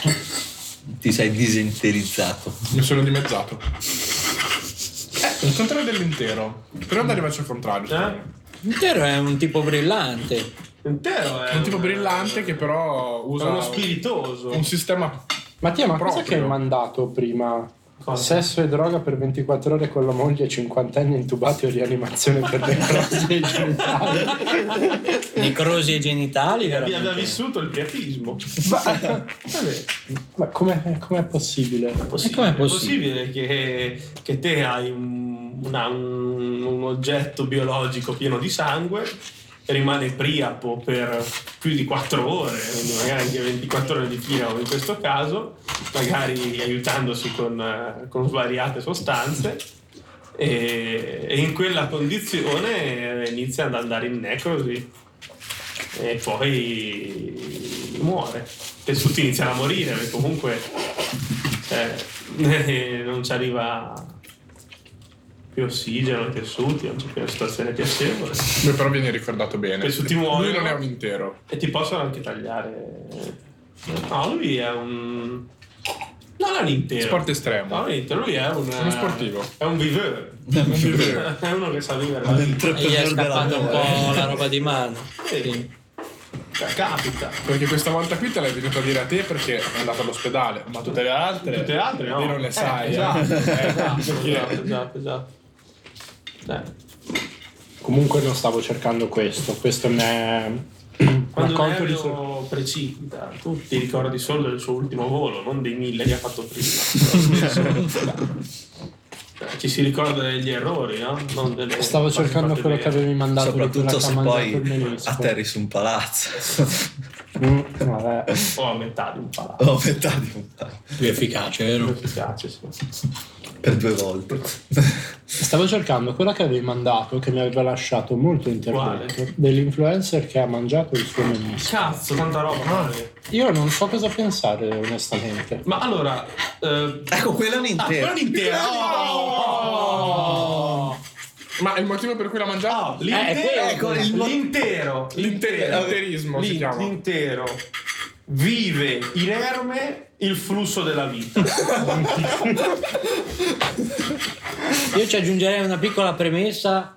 [SPEAKER 5] Ti sei disinterizzato.
[SPEAKER 6] Mi sono dimezzato. Eh, il contrario dell'intero. Proviamo ad arrivarci al contrario.
[SPEAKER 3] Eh?
[SPEAKER 6] secondo me.
[SPEAKER 4] Intero è un tipo brillante.
[SPEAKER 3] Intero è
[SPEAKER 6] È un tipo brillante che però
[SPEAKER 3] è
[SPEAKER 6] usa
[SPEAKER 3] uno spiritoso.
[SPEAKER 6] un sistema...
[SPEAKER 8] Mattia, ma cosa
[SPEAKER 6] Proprio.
[SPEAKER 8] che hai mandato prima?
[SPEAKER 3] Cosa?
[SPEAKER 8] Sesso e droga per 24 ore con la moglie, 50 anni intubati o rianimazione per [laughs] le crosi dei genitali.
[SPEAKER 4] Necrosi ai genitali,
[SPEAKER 3] Abbi- Aveva
[SPEAKER 4] veramente.
[SPEAKER 3] vissuto il priatismo.
[SPEAKER 8] Ma com'è, com'è possibile?
[SPEAKER 4] com'è
[SPEAKER 3] È possibile che, che te hai un, una- un- un oggetto biologico pieno di sangue e rimane priapo per più di 4 ore, quindi magari anche 24 ore di fila in questo caso, magari aiutandosi con, eh, con svariate sostanze. E, e in quella condizione eh, inizia ad andare in necrosi e poi muore. E tutti iniziano a morire perché comunque cioè, [laughs] non ci arriva più ossigeno ai tessuti, non c'è più una situazione piacevole.
[SPEAKER 6] Beh, però viene ricordato bene.
[SPEAKER 3] Questo ti muoiono.
[SPEAKER 6] Lui non è un intero.
[SPEAKER 3] E ti possono anche tagliare. No, lui è un. Non è un intero.
[SPEAKER 6] Sport
[SPEAKER 3] No,
[SPEAKER 6] estremo.
[SPEAKER 3] non è un intero, lui è un.
[SPEAKER 6] Uno sportivo.
[SPEAKER 3] È un viveur.
[SPEAKER 6] Non vi vedo.
[SPEAKER 3] [laughs] è uno che sa vivere la
[SPEAKER 4] E gli
[SPEAKER 3] vita.
[SPEAKER 4] è
[SPEAKER 5] L'entrepreneur della
[SPEAKER 4] scappata un
[SPEAKER 5] nuova.
[SPEAKER 4] po' la roba di mano. Sì.
[SPEAKER 6] Cioè, capita. Perché questa volta qui te l'hai venuto a dire a te perché è andato all'ospedale, ma tutte le altre.
[SPEAKER 3] Tutte le altre no.
[SPEAKER 6] te non le
[SPEAKER 3] Eh,
[SPEAKER 6] sai. eh. [laughs]
[SPEAKER 3] Esatto, eh, esatto,
[SPEAKER 6] Perché-
[SPEAKER 3] esatto, esatto, esatto. Eh.
[SPEAKER 8] Comunque non stavo cercando questo, questo mi è
[SPEAKER 3] Quando un
[SPEAKER 8] raccolto di sor-
[SPEAKER 3] aereo precipita, tu ti ricordi solo del suo ultimo volo, non dei mille che ha fatto prima.
[SPEAKER 6] [laughs]
[SPEAKER 3] Cioè, Ci si ricorda degli errori, no? Non delle
[SPEAKER 8] Stavo
[SPEAKER 3] cose
[SPEAKER 8] cercando
[SPEAKER 3] fatte
[SPEAKER 8] quello che
[SPEAKER 3] bene.
[SPEAKER 8] avevi mandato di quello
[SPEAKER 5] Soprattutto
[SPEAKER 8] che ha
[SPEAKER 5] se
[SPEAKER 8] mangiato
[SPEAKER 5] poi
[SPEAKER 8] il menisco.
[SPEAKER 5] atterri su un palazzo. [laughs]
[SPEAKER 8] Mm, vabbè.
[SPEAKER 3] O a metà di un palazzo.
[SPEAKER 5] Ho metà di un palazzo.
[SPEAKER 4] Più efficace,
[SPEAKER 6] Oh.
[SPEAKER 3] Non
[SPEAKER 4] vero?
[SPEAKER 3] mi piace, sì.
[SPEAKER 5] Per due volte.
[SPEAKER 8] Cioè, Stavo cercando quella che avevi mandato che mi aveva lasciato molto
[SPEAKER 3] Quale?
[SPEAKER 8] interdetto dell'influencer che ha mangiato il suo menisco.
[SPEAKER 3] Cazzo, tanta roba. male.
[SPEAKER 8] Io non so cosa pensare onestamente.
[SPEAKER 3] Ma allora, eh,
[SPEAKER 5] Ecco, quello è un
[SPEAKER 4] Ah,
[SPEAKER 5] intero.
[SPEAKER 6] L'intera. Oh! Ma è il motivo per cui l'ha
[SPEAKER 3] Ah,
[SPEAKER 6] mangiato? Eh,
[SPEAKER 3] l'intero,
[SPEAKER 5] quello, il mo-
[SPEAKER 3] l'intero, Eh, l'intero,
[SPEAKER 6] L'intero, l'interismo si
[SPEAKER 3] l'in-
[SPEAKER 6] chiama.
[SPEAKER 3] l'intero vive inerme il flusso della vita.
[SPEAKER 4] Io ci aggiungerei una piccola premessa.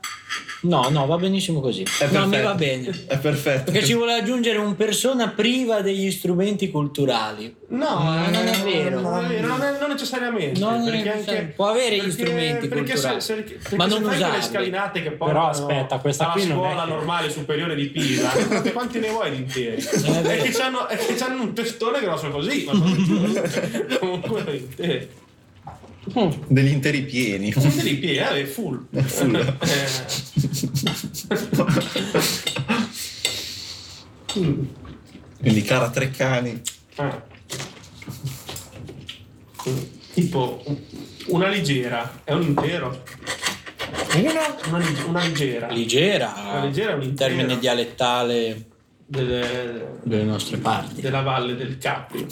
[SPEAKER 4] No, no, va benissimo così. No, a me
[SPEAKER 5] perfetto.
[SPEAKER 4] va bene.
[SPEAKER 5] È perfetto.
[SPEAKER 4] Perché ci vuole aggiungere un persona priva degli strumenti culturali.
[SPEAKER 3] [laughs] No,
[SPEAKER 4] Non è
[SPEAKER 3] eh,
[SPEAKER 4] vero.
[SPEAKER 3] Non, è vero, non è- non necessariamente.
[SPEAKER 4] No, non
[SPEAKER 3] perché
[SPEAKER 4] necessariamente.
[SPEAKER 3] anche-
[SPEAKER 4] Può avere gli
[SPEAKER 3] perché-
[SPEAKER 4] strumenti
[SPEAKER 3] perché
[SPEAKER 4] culturali,
[SPEAKER 3] se- se- perché
[SPEAKER 4] ma non
[SPEAKER 3] se fai quelle
[SPEAKER 4] usarli.
[SPEAKER 3] scalinate che portano
[SPEAKER 8] Però aspetta, questa
[SPEAKER 3] alla
[SPEAKER 8] qui non è
[SPEAKER 3] scuola
[SPEAKER 8] che-
[SPEAKER 3] normale superiore di [laughs] Pisa, quanti- quanti ne vuoi di interi?
[SPEAKER 4] vero.
[SPEAKER 3] E che c'hanno, e che c'hanno un testone grosso così, ma sono [laughs] comunque eh, sono interi.
[SPEAKER 5] Degli interi
[SPEAKER 4] [laughs]
[SPEAKER 5] pieni.
[SPEAKER 3] Sono interi pieni, eh, full. [laughs] Eh,
[SPEAKER 5] Quindi cara tre cani.
[SPEAKER 3] ah. Tipo una leggera, è un intero. Una, lig- una leggera.
[SPEAKER 4] Leggera,
[SPEAKER 3] La leggera è un
[SPEAKER 4] in
[SPEAKER 3] intero.
[SPEAKER 4] termine dialettale
[SPEAKER 3] Delle-
[SPEAKER 4] delle nostre parti.
[SPEAKER 3] della valle del Capri.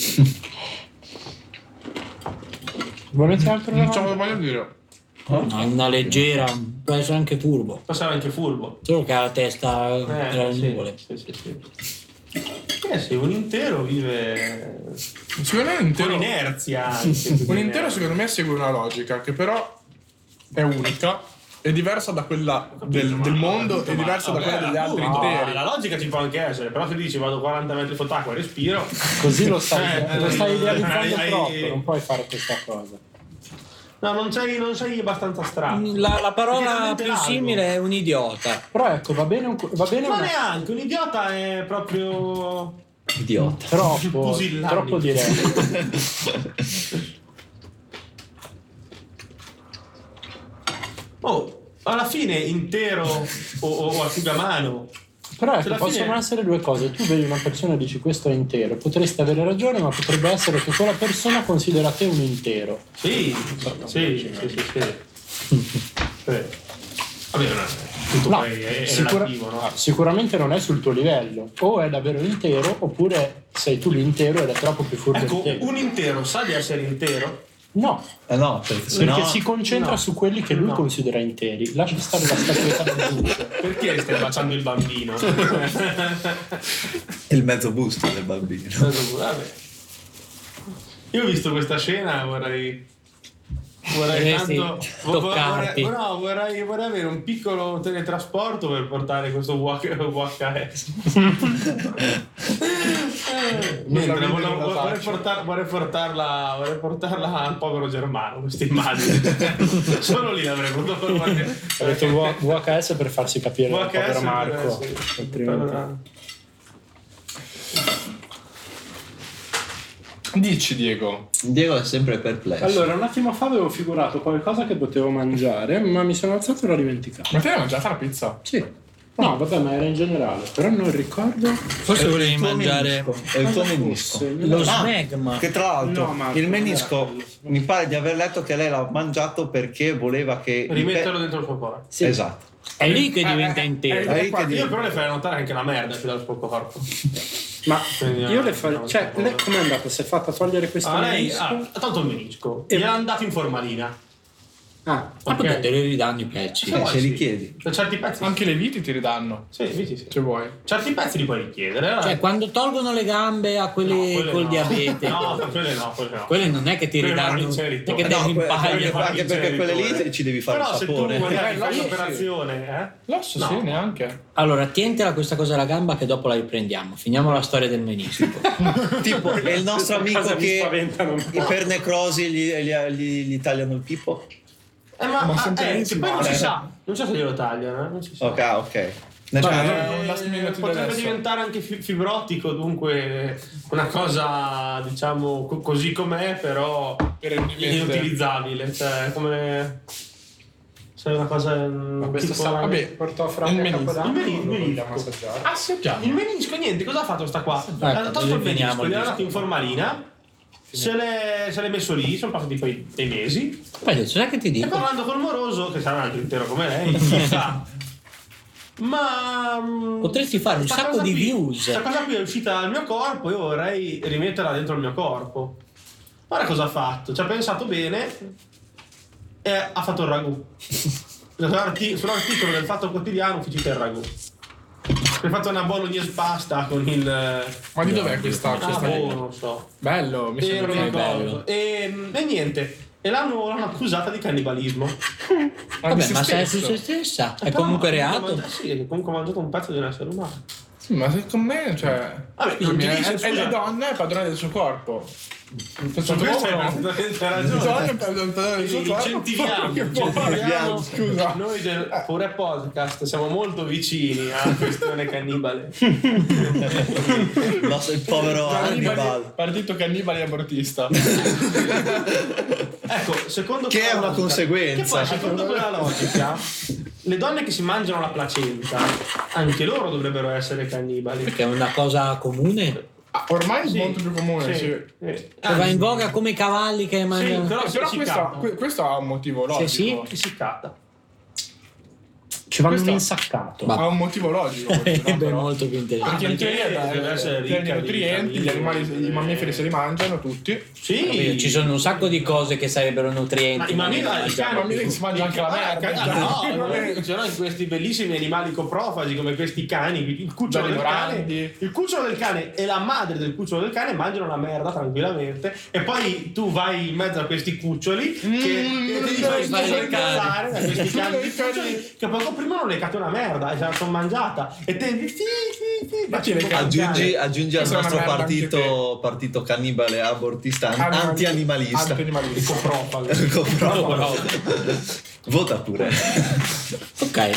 [SPEAKER 8] Volete altro
[SPEAKER 6] Non ce lo
[SPEAKER 8] domanda?
[SPEAKER 6] voglio dire.
[SPEAKER 4] No, una leggera, può essere anche furbo.
[SPEAKER 3] Passava anche furbo.
[SPEAKER 4] Solo che ha la testa
[SPEAKER 3] Eh,
[SPEAKER 4] tra le
[SPEAKER 3] sì,
[SPEAKER 4] nuvole.
[SPEAKER 3] sì, sì, sì. Eh sì, un intero vive
[SPEAKER 6] Secondo me un
[SPEAKER 3] con
[SPEAKER 6] intero. [laughs]
[SPEAKER 3] inerzia. anche,
[SPEAKER 6] Un
[SPEAKER 3] con
[SPEAKER 6] intero
[SPEAKER 3] inerzia.
[SPEAKER 6] secondo me segue una logica che però è unica, è diversa da quella del, del mondo, è diversa da
[SPEAKER 3] Vabbè,
[SPEAKER 6] quella degli
[SPEAKER 3] la-
[SPEAKER 6] altri
[SPEAKER 3] no,
[SPEAKER 6] interi.
[SPEAKER 3] La logica ci può anche essere, però se dici vado 40 metri sott'acqua e respiro,
[SPEAKER 8] Così lo stai,
[SPEAKER 3] Eh,
[SPEAKER 8] lo stai
[SPEAKER 3] eh,
[SPEAKER 8] idealizzando
[SPEAKER 3] eh,
[SPEAKER 8] troppo,
[SPEAKER 3] eh,
[SPEAKER 8] non puoi fare questa cosa.
[SPEAKER 3] no, non sei, non sei abbastanza strano.
[SPEAKER 4] La, la
[SPEAKER 3] Perché
[SPEAKER 4] parola
[SPEAKER 3] veramente
[SPEAKER 4] più
[SPEAKER 3] largo.
[SPEAKER 4] simile è un idiota.
[SPEAKER 8] Però ecco, va bene, un, co- va bene
[SPEAKER 3] Ma
[SPEAKER 8] una-
[SPEAKER 3] neanche, un idiota è proprio...
[SPEAKER 5] Idiota.
[SPEAKER 8] troppo,
[SPEAKER 3] Pusillanime.
[SPEAKER 8] troppo diretto.
[SPEAKER 3] Oh, alla fine intero o, o asciugamano.
[SPEAKER 8] Però
[SPEAKER 3] Cioè,
[SPEAKER 8] ecco,
[SPEAKER 3] alla
[SPEAKER 8] possono
[SPEAKER 3] fine-
[SPEAKER 8] essere due cose. Tu vedi una persona e dici questo è intero, potresti avere ragione, ma potrebbe essere che quella persona considera te un intero.
[SPEAKER 3] Sì, sì, sì, sì, sì. Eh, Vabbè, non è- tutto
[SPEAKER 8] No,
[SPEAKER 3] poi è, è
[SPEAKER 8] sicura-
[SPEAKER 3] relativo, no?
[SPEAKER 8] Sicuramente non è sul tuo livello, o è davvero intero, oppure sei tu l'intero ed è troppo più furbo
[SPEAKER 3] Ecco,
[SPEAKER 8] di te.
[SPEAKER 3] un intero sa di essere intero?
[SPEAKER 8] No,
[SPEAKER 5] Eh no, perché se
[SPEAKER 8] perché
[SPEAKER 5] no...
[SPEAKER 8] si concentra
[SPEAKER 3] no.
[SPEAKER 8] su quelli che lui
[SPEAKER 3] No.
[SPEAKER 8] considera interi. Lascia stare la statuetta del [laughs] duce.
[SPEAKER 3] Perché stai baciando il bambino?
[SPEAKER 8] [laughs]
[SPEAKER 5] Il mezzo busto del bambino.
[SPEAKER 3] Vabbè. Io ho visto questa scena, vorrei... Vorrei
[SPEAKER 4] Dovresti
[SPEAKER 3] tanto... vo- vo-
[SPEAKER 4] toccarti.
[SPEAKER 3] vorrei, no, vorrei, vorrei avere un piccolo teletrasporto per portare questo VH- VHS. Mentre
[SPEAKER 6] vedi
[SPEAKER 3] volevo-
[SPEAKER 6] nella
[SPEAKER 3] vorrei,
[SPEAKER 6] faccia.
[SPEAKER 3] portar- vorrei portarla, vorrei portarla al povero Germano, questa immagine. Solo lì l'avrei potuto fare.
[SPEAKER 8] Ha detto V- VHS per farsi capire il povero Marco. altrimenti-
[SPEAKER 6] Dici Diego,
[SPEAKER 5] Diego è sempre perplesso.
[SPEAKER 8] Allora, un attimo fa avevo figurato qualcosa che potevo mangiare, ma mi sono alzato e l'ho dimenticato.
[SPEAKER 6] ma te l'hai mangiata la pizza?
[SPEAKER 8] Sì. No, vabbè, ma era in generale, però non ricordo.
[SPEAKER 4] Forse volevi
[SPEAKER 5] Il tuo
[SPEAKER 4] mangiare
[SPEAKER 5] menisco. È il tuo
[SPEAKER 8] cosa
[SPEAKER 5] menisco.
[SPEAKER 8] fosse.
[SPEAKER 4] lo
[SPEAKER 5] Ah,
[SPEAKER 4] smegma.
[SPEAKER 5] Che tra l'altro
[SPEAKER 8] No, ma-
[SPEAKER 5] il menisco mi pare di aver letto che lei l'ha mangiato perché voleva che.
[SPEAKER 3] Rimetterlo dentro il suo corpo.
[SPEAKER 5] Sì. Esatto.
[SPEAKER 4] È lì che
[SPEAKER 3] Eh,
[SPEAKER 4] diventa intero.
[SPEAKER 5] È lì che
[SPEAKER 3] Io
[SPEAKER 5] diventa-
[SPEAKER 3] però le farei notare anche la merda più dal suo corpo.
[SPEAKER 8] Ma
[SPEAKER 3] Quindi,
[SPEAKER 8] io
[SPEAKER 3] eh,
[SPEAKER 8] le farei.
[SPEAKER 3] no,
[SPEAKER 8] Cioè,
[SPEAKER 3] no.
[SPEAKER 8] lei com'è andata? Si è fatta togliere questo
[SPEAKER 3] Ah, lei
[SPEAKER 8] menisco?
[SPEAKER 3] ha tanto il menisco.
[SPEAKER 8] E-
[SPEAKER 3] Gliel'ha andato in formalina.
[SPEAKER 8] Ah,
[SPEAKER 4] Ma poi quando li ridanno i pezzi.
[SPEAKER 3] Se vuoi,
[SPEAKER 5] se li
[SPEAKER 3] Cioè, sì.
[SPEAKER 5] chiedi.
[SPEAKER 3] Per certi pezzi.
[SPEAKER 6] Anche le viti ti ridanno,
[SPEAKER 3] Sì, sì, sì, sì.
[SPEAKER 6] se vuoi.
[SPEAKER 3] Certi pezzi li puoi richiedere.
[SPEAKER 4] Cioè, quando tolgono le gambe a
[SPEAKER 3] No,
[SPEAKER 4] quelli
[SPEAKER 3] quelle
[SPEAKER 4] col
[SPEAKER 3] no.
[SPEAKER 4] diabete,
[SPEAKER 3] No, quelle no, quelle no.
[SPEAKER 4] quelle non è che ti
[SPEAKER 3] Quelle vanno
[SPEAKER 4] ridanno,
[SPEAKER 3] in
[SPEAKER 4] non è
[SPEAKER 3] cerito.
[SPEAKER 4] che
[SPEAKER 3] Eh
[SPEAKER 4] devi
[SPEAKER 3] no,
[SPEAKER 4] in
[SPEAKER 3] quelle-
[SPEAKER 4] paglia.
[SPEAKER 3] quelle-
[SPEAKER 5] anche perché quelle lì ci devi fare
[SPEAKER 3] Però
[SPEAKER 5] il
[SPEAKER 3] se tu
[SPEAKER 5] sapone.
[SPEAKER 3] magari fai
[SPEAKER 6] sì.
[SPEAKER 3] un'operazione, eh?
[SPEAKER 6] L'asso
[SPEAKER 3] No.
[SPEAKER 6] sì, neanche.
[SPEAKER 4] Allora, tientela questa cosa alla gamba che dopo la riprendiamo. Finiamo la storia del
[SPEAKER 3] [laughs]
[SPEAKER 4] menistico.
[SPEAKER 5] tipo è il nostro
[SPEAKER 8] Queste
[SPEAKER 5] amico
[SPEAKER 8] cose mi
[SPEAKER 5] che
[SPEAKER 8] spaventano un po'.
[SPEAKER 5] per necrosi gli, gli- gli- gli tagliano il pipo.
[SPEAKER 3] Eh, ma, ah, eh, che poi non si
[SPEAKER 5] eh.
[SPEAKER 3] sa. Non so se glielo tagliano, eh? Non si sa.
[SPEAKER 5] Ok, ah, ok.
[SPEAKER 6] allora non last minute di
[SPEAKER 3] Eh, potrebbe
[SPEAKER 6] adesso.
[SPEAKER 3] diventare anche fi- fibrotico, dunque una cosa diciamo co- così com'è, però
[SPEAKER 6] Per rendimento. eh.
[SPEAKER 3] inutilizzabile. Cioè, come se una cosa. mm, Ma
[SPEAKER 6] questo sa- vabbè.
[SPEAKER 8] portò fra
[SPEAKER 6] Il
[SPEAKER 8] me
[SPEAKER 6] menisco.
[SPEAKER 8] Capodanno,
[SPEAKER 3] Il menisco.
[SPEAKER 8] lo vogliamo assaggiare.
[SPEAKER 3] Ah, sì, già. Il menisco, niente, cosa ha fatto sta qua? ha tolto il
[SPEAKER 4] così finiamo
[SPEAKER 3] menisco,
[SPEAKER 4] il
[SPEAKER 3] gli ha
[SPEAKER 4] discorso.
[SPEAKER 3] dato in formalina, se l'è, se l'è messo lì, sono passati poi dei mesi.
[SPEAKER 4] Poi adesso, sai che ti
[SPEAKER 3] E
[SPEAKER 4] dico?
[SPEAKER 3] parlando col moroso, che sarà anche intero come
[SPEAKER 4] [laughs]
[SPEAKER 3] lei, chissà. Ma mm,
[SPEAKER 4] Potresti fare un
[SPEAKER 3] sta
[SPEAKER 4] sacco
[SPEAKER 3] cosa
[SPEAKER 4] di
[SPEAKER 3] qui-
[SPEAKER 4] views.
[SPEAKER 3] Questa cosa qui è uscita dal mio corpo, io vorrei rimetterla dentro il mio corpo. Guarda cosa ha fatto, ci ha pensato bene e ha fatto il ragù.
[SPEAKER 4] [laughs]
[SPEAKER 3] Sull'arti- Sull'articolo del Fatto Quotidiano uscito il ragù. Mi ha fatto una bolognese pasta con il...
[SPEAKER 6] Ma di dov'è questa?
[SPEAKER 3] Ah,
[SPEAKER 6] questa-
[SPEAKER 3] boh, non lo so.
[SPEAKER 6] Bello, mi
[SPEAKER 3] Eh,
[SPEAKER 6] sembra
[SPEAKER 3] non
[SPEAKER 6] di
[SPEAKER 3] ricordo. E, Ehm, e niente. E l'hanno, l'hanno accusata di cannibalismo.
[SPEAKER 4] Vabbè, ma sei su se stessa. È
[SPEAKER 3] Però
[SPEAKER 4] comunque
[SPEAKER 3] ha
[SPEAKER 4] reato.
[SPEAKER 3] mangiato- Sì, è comunque ha mangiato un pezzo di un essere umano.
[SPEAKER 6] Sì, ma secondo me, cioè.
[SPEAKER 3] Vabbè,
[SPEAKER 6] Scusami,
[SPEAKER 3] non ti dice,
[SPEAKER 6] è, è
[SPEAKER 3] scusa.
[SPEAKER 6] la donna è padrona del suo corpo. Questo
[SPEAKER 3] Su questo hai
[SPEAKER 6] uomo.
[SPEAKER 3] perfettamente
[SPEAKER 6] La donna è
[SPEAKER 3] ragione.
[SPEAKER 6] padrona
[SPEAKER 3] [laughs]
[SPEAKER 6] del suo corpo.
[SPEAKER 3] Incentiviamo,
[SPEAKER 6] Che può fare?
[SPEAKER 3] incentiviamo.
[SPEAKER 6] Scusa.
[SPEAKER 3] Noi del Pure Podcast siamo molto vicini alla questione cannibale.
[SPEAKER 5] Il nostro- il povero
[SPEAKER 6] Cannibali-
[SPEAKER 5] Hannibal.
[SPEAKER 6] Partito cannibale abortista.
[SPEAKER 3] Ecco, secondo
[SPEAKER 5] Che
[SPEAKER 3] quella
[SPEAKER 5] è una
[SPEAKER 3] logica-
[SPEAKER 5] conseguenza.
[SPEAKER 3] Che poi, secondo quella logica, le donne che si mangiano la placenta, anche loro dovrebbero essere cannibali.
[SPEAKER 4] Perché è una cosa comune.
[SPEAKER 6] [laughs] Ah, Ormai è
[SPEAKER 3] Sì,
[SPEAKER 6] molto più comune, sì.
[SPEAKER 3] sì.
[SPEAKER 4] Che va in voga come i cavalli che
[SPEAKER 3] Anzi, sì,
[SPEAKER 4] mangiano.
[SPEAKER 3] però,
[SPEAKER 6] Però
[SPEAKER 3] si
[SPEAKER 6] questo,
[SPEAKER 3] cata.
[SPEAKER 6] que- questo ha un motivo logico.
[SPEAKER 4] sì.
[SPEAKER 3] Che si cata.
[SPEAKER 4] Ci vanno
[SPEAKER 6] questo-
[SPEAKER 4] insaccato. Ma
[SPEAKER 6] Ha un motivo logico. questo, no?
[SPEAKER 4] [laughs] è
[SPEAKER 6] Però-
[SPEAKER 4] molto più
[SPEAKER 3] Ah,
[SPEAKER 4] interessante.
[SPEAKER 6] Perché in teoria
[SPEAKER 3] perché deve
[SPEAKER 6] deve
[SPEAKER 3] essere ricca di
[SPEAKER 6] nutrienti, gli
[SPEAKER 3] vitamine,
[SPEAKER 6] animali,
[SPEAKER 3] eh.
[SPEAKER 6] i mammiferi se li mangiano tutti.
[SPEAKER 3] Sì,
[SPEAKER 4] Capito? Ci sono un sacco di cose che sarebbero nutrienti.
[SPEAKER 3] Ma i mammiferi,
[SPEAKER 4] non
[SPEAKER 3] i
[SPEAKER 4] mangiano.
[SPEAKER 3] cani,
[SPEAKER 6] mammiferi si mangiano anche la
[SPEAKER 3] Ah,
[SPEAKER 6] merda. cioè.
[SPEAKER 3] ah, no, no, ci sono questi bellissimi animali coprofagi come questi cani. Il cucciolo, del cane,
[SPEAKER 6] Grandi.
[SPEAKER 3] il cucciolo del cane e la madre del cucciolo del cane mangiano la merda tranquillamente. E poi tu vai in mezzo a questi cuccioli che,
[SPEAKER 6] Mm,
[SPEAKER 3] che ti
[SPEAKER 6] non
[SPEAKER 3] fai
[SPEAKER 4] fai le
[SPEAKER 3] fai
[SPEAKER 4] cane.
[SPEAKER 3] incazzare da questi cani di
[SPEAKER 6] Sono dei
[SPEAKER 3] cuccioli
[SPEAKER 6] cani.
[SPEAKER 3] che poco prima non le hai caccato una merda e se la sono mangiata. E te sì, sì, sì,
[SPEAKER 6] Ma chi le
[SPEAKER 3] faccio
[SPEAKER 6] cacca?
[SPEAKER 3] mangiare.
[SPEAKER 5] Aggiungi, aggiungi al
[SPEAKER 6] Questa è una
[SPEAKER 5] nostro
[SPEAKER 6] merda
[SPEAKER 5] partito, partito cannibale abortista an- anti-animalista.
[SPEAKER 6] Anti-animalista.
[SPEAKER 5] Ecco, Vota pure.
[SPEAKER 4] Ok.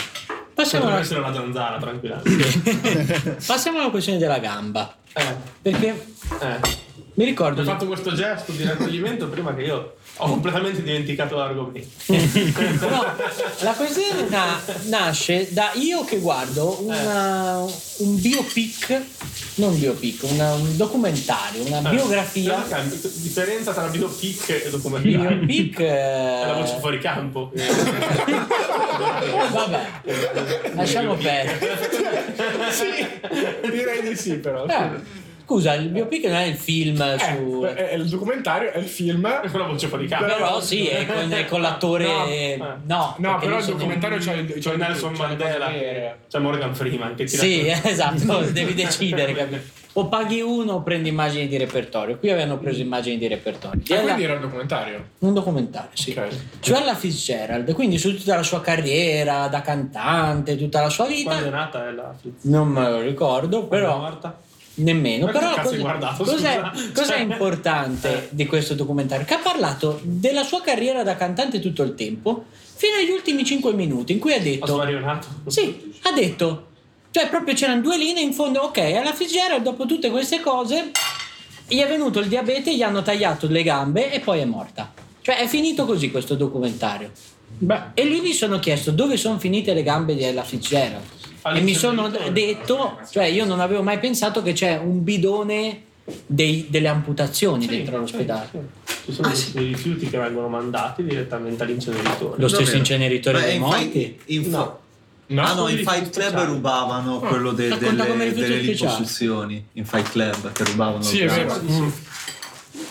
[SPEAKER 4] Passiamo
[SPEAKER 3] Potrebbe
[SPEAKER 4] alla,
[SPEAKER 3] essere una zanzara, tranquillamente.
[SPEAKER 4] passiamo alla questione della gamba.
[SPEAKER 3] Eh,
[SPEAKER 4] Perché
[SPEAKER 3] eh.
[SPEAKER 4] mi
[SPEAKER 3] Ho
[SPEAKER 4] ricordo.
[SPEAKER 3] fatto questo gesto di raccoglimento prima che io ho completamente dimenticato l'argomento.
[SPEAKER 4] No, la questione na- nasce da io che guardo una- un biopic, non biopic, una- un documentario,
[SPEAKER 3] Eh,
[SPEAKER 4] una biografia.
[SPEAKER 3] Guarda che differenza tra biopic e documentario.
[SPEAKER 4] Biopic.
[SPEAKER 3] È la voce
[SPEAKER 4] eh,
[SPEAKER 3] fuori campo.
[SPEAKER 4] Vabbè, [laughs] lasciamo
[SPEAKER 3] [laughs]
[SPEAKER 4] perdere.
[SPEAKER 6] sì, [laughs] direi di sì, però.
[SPEAKER 4] Eh, Scusa, il biopic non è il film
[SPEAKER 6] Eh,
[SPEAKER 4] su. Ah,
[SPEAKER 6] è- è il documentario è il film. Ah,
[SPEAKER 3] È una voce fuori campo.
[SPEAKER 4] Però sì, è con, è con
[SPEAKER 6] No,
[SPEAKER 4] l'attore.
[SPEAKER 6] eh.
[SPEAKER 4] No,
[SPEAKER 6] No,
[SPEAKER 3] Ah,
[SPEAKER 4] perché
[SPEAKER 6] però
[SPEAKER 4] lì
[SPEAKER 6] il
[SPEAKER 4] sono-
[SPEAKER 6] documentario c'è il c'ha
[SPEAKER 3] C'è
[SPEAKER 6] il-
[SPEAKER 3] Nelson
[SPEAKER 6] c'ha le cose
[SPEAKER 3] Mandela,
[SPEAKER 6] vere.
[SPEAKER 3] c'è Morgan Freeman che ti
[SPEAKER 4] Sì, [laughs]
[SPEAKER 3] racconta-
[SPEAKER 4] esatto, devi
[SPEAKER 3] [laughs]
[SPEAKER 4] decidere. capito? O paghi uno o prendi immagini di repertorio. Qui avevano preso immagini di repertorio. Di
[SPEAKER 6] Ah,
[SPEAKER 4] Ella-
[SPEAKER 6] quindi era il documentario.
[SPEAKER 4] Un documentario, sì.
[SPEAKER 6] Ok.
[SPEAKER 4] Cioè alla Fitzgerald, quindi su tutta la sua carriera da cantante, tutta la sua vita.
[SPEAKER 3] Quando è nata è la
[SPEAKER 4] Non me lo ricordo, però.
[SPEAKER 3] È morta.
[SPEAKER 4] Nemmeno,
[SPEAKER 3] Ma che
[SPEAKER 4] però
[SPEAKER 3] cazzo
[SPEAKER 4] cos'è,
[SPEAKER 3] hai guardato,
[SPEAKER 4] cos'è,
[SPEAKER 3] scusa?
[SPEAKER 4] cos'è
[SPEAKER 3] Cioè-
[SPEAKER 4] importante di questo documentario? Che ha parlato della sua carriera da cantante tutto il tempo, fino agli ultimi 5 minuti, in cui ha
[SPEAKER 3] Ho
[SPEAKER 4] detto...
[SPEAKER 3] smarionato.
[SPEAKER 4] Sì, ha detto... Cioè proprio c'erano due linee in fondo, ok, alla Fitzgerald dopo tutte queste cose gli è venuto il diabete, gli hanno tagliato le gambe e poi è morta. Cioè è finito così questo documentario. E lì mi sono chiesto dove sono finite le gambe di Ella Fitzgerald. E mi sono detto, cioè io non avevo mai pensato che c'è un bidone dei- delle amputazioni
[SPEAKER 3] Sì,
[SPEAKER 4] dentro
[SPEAKER 3] sì,
[SPEAKER 4] l'ospedale.
[SPEAKER 3] sì. Ci sono
[SPEAKER 4] Ah,
[SPEAKER 3] dei-
[SPEAKER 4] sì.
[SPEAKER 3] dei rifiuti che vengono mandati direttamente all'inceneritore.
[SPEAKER 4] Lo stesso
[SPEAKER 5] Davvero?
[SPEAKER 4] inceneritore
[SPEAKER 5] Ma
[SPEAKER 4] dei
[SPEAKER 5] in
[SPEAKER 4] morti.
[SPEAKER 5] Fight- in-
[SPEAKER 3] No.
[SPEAKER 5] ah no, in
[SPEAKER 3] quelli
[SPEAKER 5] Fight Club
[SPEAKER 3] speciali.
[SPEAKER 5] rubavano quello de-
[SPEAKER 4] Cioè. Ah, Racconta come
[SPEAKER 5] delle,
[SPEAKER 4] rifiuti
[SPEAKER 5] delle
[SPEAKER 4] speciali.
[SPEAKER 5] liposuzioni. In Fight Club che rubavano.
[SPEAKER 6] Sì,
[SPEAKER 5] il
[SPEAKER 6] è
[SPEAKER 5] gas.
[SPEAKER 6] vero.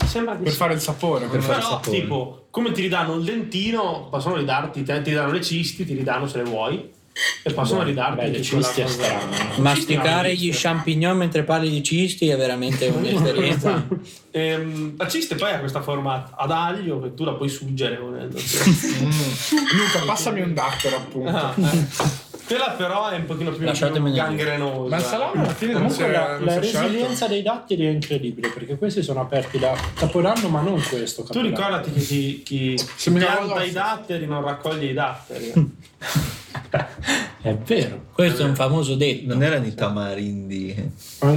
[SPEAKER 3] sembra di
[SPEAKER 6] per
[SPEAKER 3] sì.
[SPEAKER 6] fare il sapore.
[SPEAKER 5] Per fare- il
[SPEAKER 3] Però,
[SPEAKER 5] sapore.
[SPEAKER 3] tipo, come ti ridanno il dentino, possono ridarti, te- ti danno le cisti, ti ridanno se le vuoi. E possono ridarti
[SPEAKER 8] beh,
[SPEAKER 3] le
[SPEAKER 8] le
[SPEAKER 3] cisti.
[SPEAKER 8] cisti è
[SPEAKER 3] quella cosa-
[SPEAKER 8] strano, no?
[SPEAKER 3] Cisti
[SPEAKER 4] Masticare
[SPEAKER 3] no,
[SPEAKER 4] gli
[SPEAKER 3] cisti.
[SPEAKER 4] champignon mentre parli di cisti è veramente
[SPEAKER 3] [laughs]
[SPEAKER 4] un'esperienza.
[SPEAKER 3] Ehm, la ciste poi ha questa forma ad aglio che tu la puoi
[SPEAKER 4] [laughs]
[SPEAKER 3] suggere volendo.
[SPEAKER 6] Luca, passami un dattero, appunto.
[SPEAKER 3] Ah, eh. Quella però è un pochino più
[SPEAKER 4] Lasciatemene dire.
[SPEAKER 3] gangrenosa.
[SPEAKER 6] Ma il salame alla fine non si
[SPEAKER 8] Comunque
[SPEAKER 6] è-
[SPEAKER 8] la,
[SPEAKER 6] non
[SPEAKER 8] la
[SPEAKER 6] si è sciolto.
[SPEAKER 8] resilienza dei dattili è incredibile perché questi sono aperti da capodanno ma non questo
[SPEAKER 3] Tu
[SPEAKER 8] capodanno.
[SPEAKER 3] ricordati che chi, chi
[SPEAKER 6] [laughs] Se mi
[SPEAKER 3] pianta
[SPEAKER 6] ricordo- Eh.
[SPEAKER 3] i datteri non raccoglie
[SPEAKER 6] [laughs]
[SPEAKER 3] i datteri.
[SPEAKER 8] È vero.
[SPEAKER 4] Questo è un famoso detto.
[SPEAKER 5] Non erano i tamarindi.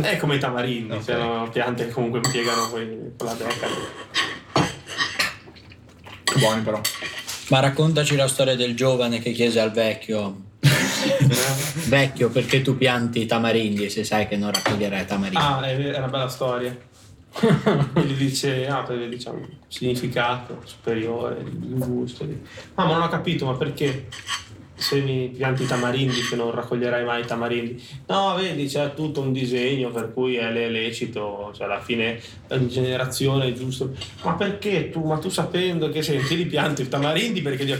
[SPEAKER 3] È come i tamarindi,
[SPEAKER 5] Ok.
[SPEAKER 3] sono piante che comunque impiegano quei- quella becca. lì.
[SPEAKER 6] Buoni però.
[SPEAKER 4] Ma raccontaci la storia del giovane che chiese al vecchio. vecchio, perché tu pianti i tamarindi se sai che non raccoglierai tamarindi?
[SPEAKER 3] [laughs] Ah, è, ver- è una bella [laughs] storia. Gli dice, ah, per diciamo, significato superiore, il gusto. di- Ah, ma non ho capito, ma perché? Se mi pianti i tamarindi che non raccoglierai mai i tamarindi. No, vedi, c'è tutto un disegno per cui è lecito, cioè alla fine ogni generazione è giusto. Ma perché tu, ma tu sapendo che senti li pianti i tamarindi perché li ho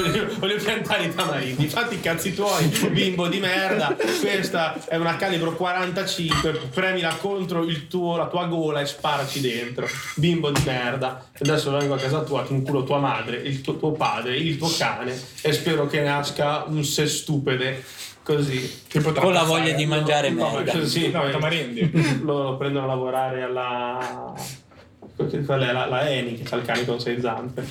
[SPEAKER 3] voglio, voglio piantare i tamarindi. Fatti i cazzi tuoi, bimbo di merda. Questa è una calibro 45, premila contro il tuo, la tua gola e sparaci dentro. Bimbo di merda. E Adesso vengo a casa tua, ti inculo tua madre, il tuo, tuo padre, il tuo cane e spero che nasca un se stupede. Così.
[SPEAKER 6] Che potrà
[SPEAKER 4] Con la
[SPEAKER 6] passare?
[SPEAKER 4] voglia di mangiare
[SPEAKER 3] Ah, No,
[SPEAKER 4] merda.
[SPEAKER 3] ma così,
[SPEAKER 6] No,
[SPEAKER 3] poi
[SPEAKER 6] i tamarindi.
[SPEAKER 3] Lo, lo prendono a lavorare alla. Qual è la, la Eni che ha il cane con sei zampe?